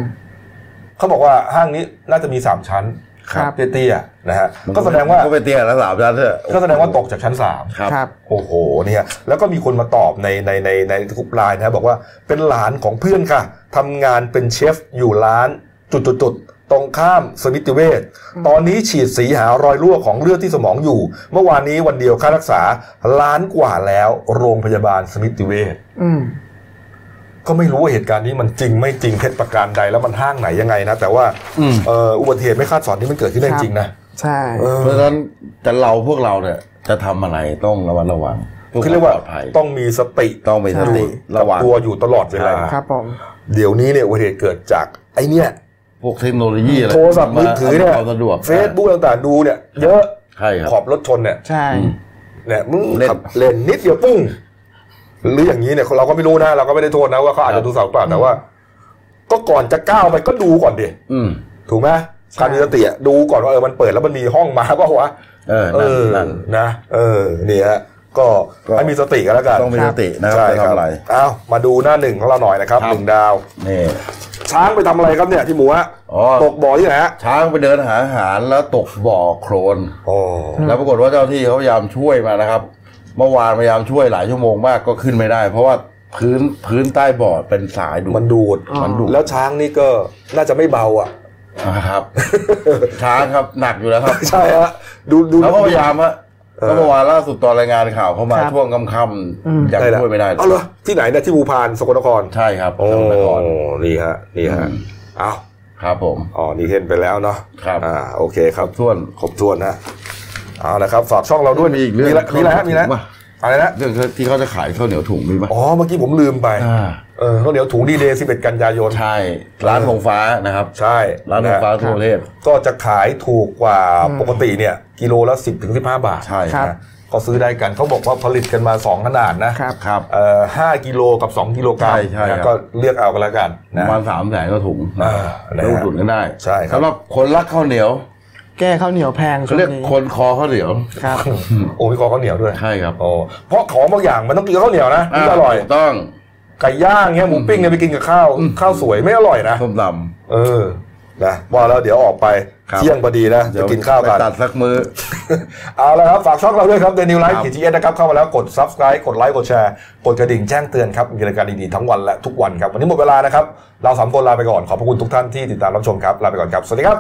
เขาบอกว่าห้างนี้น่าจะมีสามชั้น
ครับ
เตี้ยๆนะฮะก็แสดงว่า
ก็ไปเตี้ยแล้วสามชั้นเถอะ
ก็แสดงว่าตกจากชั้นสาม
ครับ
ครับ
โอ้โห เนี่ย แล้วก็มีคนมาตอบในในในในกลุ่มไลน์นะครับบอกว่าเป็นหลานของเพื่อนค่ะทำงานเป็นเชฟอยู่ร้านจุดจุดจุดๆๆตรงข้ามสมิติเวชตอนนี้ฉีดสีหารอยรั่วของเลือดที่สมองอยู่ เมื่อวานนี้วันเดียวค่ารักษาล้านกว่าแล้วโรงพยาบาลสมิติเวช
อืม
ก็ไม่รู้ว่าเหตุการณ์นี้มันจริงไม่จริงเท็จประการใดแล้วมันห้างไหนยังไงนะแต่ว่า
อืม
เอ่ออุบัติเหตุไม่คาดฝันที่มันเกิดขึ้นได้จริงๆนะ
ใช่
เออ
เพราะฉะนั้นแต่เราพวกเราเนี่ยจะทำอะไรต้องระมัดระวังพื่
คือเรียกว่า
ปลอดภัย
ต้องมีสติ
ต้องมีสติระวัง
ตัวอยู่ตลอดเวลา
ใช่
ครับผม
เดี๋ยวนี้เนี่ยอุบัติเหตุเกิดจากไอ้เนี่ย
พวกเทคโนโลยีอะไร
โทรศัพท์มือถือเนี่ย
ความสะดวก
เฟซบุ๊กต่างๆดูเนี่ย เยอะ
ใช่ครับ
ขอบรถชนเนี่ย
ใช่
เนี่ยมึง
เล่น
ขับเล่นนิดเดียวปุ้ง หรืออย่างนี้เนี่ยเราก็ไม่รู้นะเราก็ไม่ได้โทษนะว่าเขาอาจ
ครั
จะ
บ
ดูสาวเปล่าแต่ว่า ก็ก่อนจะก้าวไปก็ดูก่อนดิ
อืม
ถูกไหม
ใช่
การมีสติอะดูก่อนว่าเออมันเปิดแล้วมันมีห้องมาเปล่าวะ
เออ
เอ
นั่น
อ
นั่น
นะ เออเนี่ยฮะก็
ก็
ให้มีสติกันแล้วกัน
ต้องมีสตินะครับ
ใช่
จะ
ครั
ทำ
บ
อะไร
อ้าวมาดูหน้าหนึ่งของเราหน่อยนะครับ
ครับ
หนึ่งดาว
นี่
ช้างไปทำอะไรครับเนี่ยพี่หมูฮะ
อ๋อ
ตกบ่อที่ไหนฮะ
ช้างไปเดินหาอาหารแล้วตกบ่อโคลน
โอ้
แล้วปรากฏว่าเจ้าที่เขาพยายามช่วยมานะครับ เมื่อวานพยายามช่วยหลายชั่วโมงมากก็ขึ้นไม่ได้ เพราะว่าพื้นพื้นใต้บ่อเป็นสายดูด
มันดูด
อ๋อ
มันดูด
แล้วช้างนี่ก็น่าจะไม่เบาอ่ะ
นะครับ ช้างครับหนักอยู่แล้วครับ
ใช่ฮะดูดู
เขาก็พยายามอะ
เออ
แล้วเมื่อวานล่าสุดตอนรายงานข่าวเข้ามา
ครับ
ช่วงค่
อืม
ำๆยัง
ใละ
ช่วยไม่ได้เลย
เอาเหรอที่ไหนเนี่ยที่ภูพานสกลนคร
ใช่ครับ
โอ้
สกลนคร
นี่ฮะนี่ฮะ
อืม
อ้าว
ครับผม
อ๋อนี่เห็นไปแล้วเนาะ
ครับ
อ่าโอเคครับ
ส่วน
ครบถ้วนนะเอาละครับฝากช่องเราด้วย
มีอีกเรื่อง
มีละมีอะไรฮะมีอะไร
ว่ะ
อะไรนะ
เรื่องที่เขาจะขายข้าวเหนียวถุงมีปะ
อ๋อเมื่อกี้ผมลืมไป
อ่า
เออข้าวเหนียวถุงดีเดย์11กันยายน
ใช่ร้านธงฟ้านะครับ
ใช่
ร้านธ
ะ
ง
ฮะ
ฟ้าทั่วประเทศ
ก็จะขายถูกกว่าปกติเนี่ยกิโลละ 10ถึง15 บาท
ใช่
ครับ
ก็ซื้อได้กันเขาบอกว่าผลิตกันมา 2 ขนาดนะครับ
ครับ
เอ่อห้ากิโลกับ 2 กิโลกรัม
ใช่ใช่ครับ
นะก็เลือกเอากันแล้วกัน
ป
นะ
ระมาณสามแสนกว่าถุง
อ่านะฮะ
ลูกถุงก็ได้
ใช่ครับ
สำหรับคนรักข้าวเหนียว
แก้ข้าวเหนียวแพงช่ว
เขา
ง
เรียก
นี้
คนคอข้าวเหนียว
ครับ
โอ้ยขอข้าวเหนียวด้วย
ใช่ครับ
โอ้เพราะของบางอย่างมันต้องกินกับข้าวเหนียวนะถึงจะอร่อย
ถูกต้อง
ไก่ย่างเงี้ยหมูปิ้งเนี่ยไปกินกับข้าว
อืม
ข้าวสวยไม่อร่อยนะ
ส้มต
เออนะว่าแล้วเดี๋ยวออกไป
ครับ
เที่ยงพอดีนะ
ำ
จะกินข้าวกัน
ไปตัดสักมื้อ
เอาละครับ ฝากช่องเราด้วยครับเดนิวไลฟ์
ครับ
ขีดจีเอสนะครับ เข้ามาแล้วกด subscribe กดไลค์กดแชร์กดกระดิ่งแจ้งเตือนครับ มีรายการดี ๆ ทั้งวันและทุกวันครับ วันนี้หมดเวลานะครับ เราสามคนลาไปก่อน ขอบพระคุณทุกท่านที่ติดตามรับชมครับ ลาไปก่อนครับ สวัสดีครับ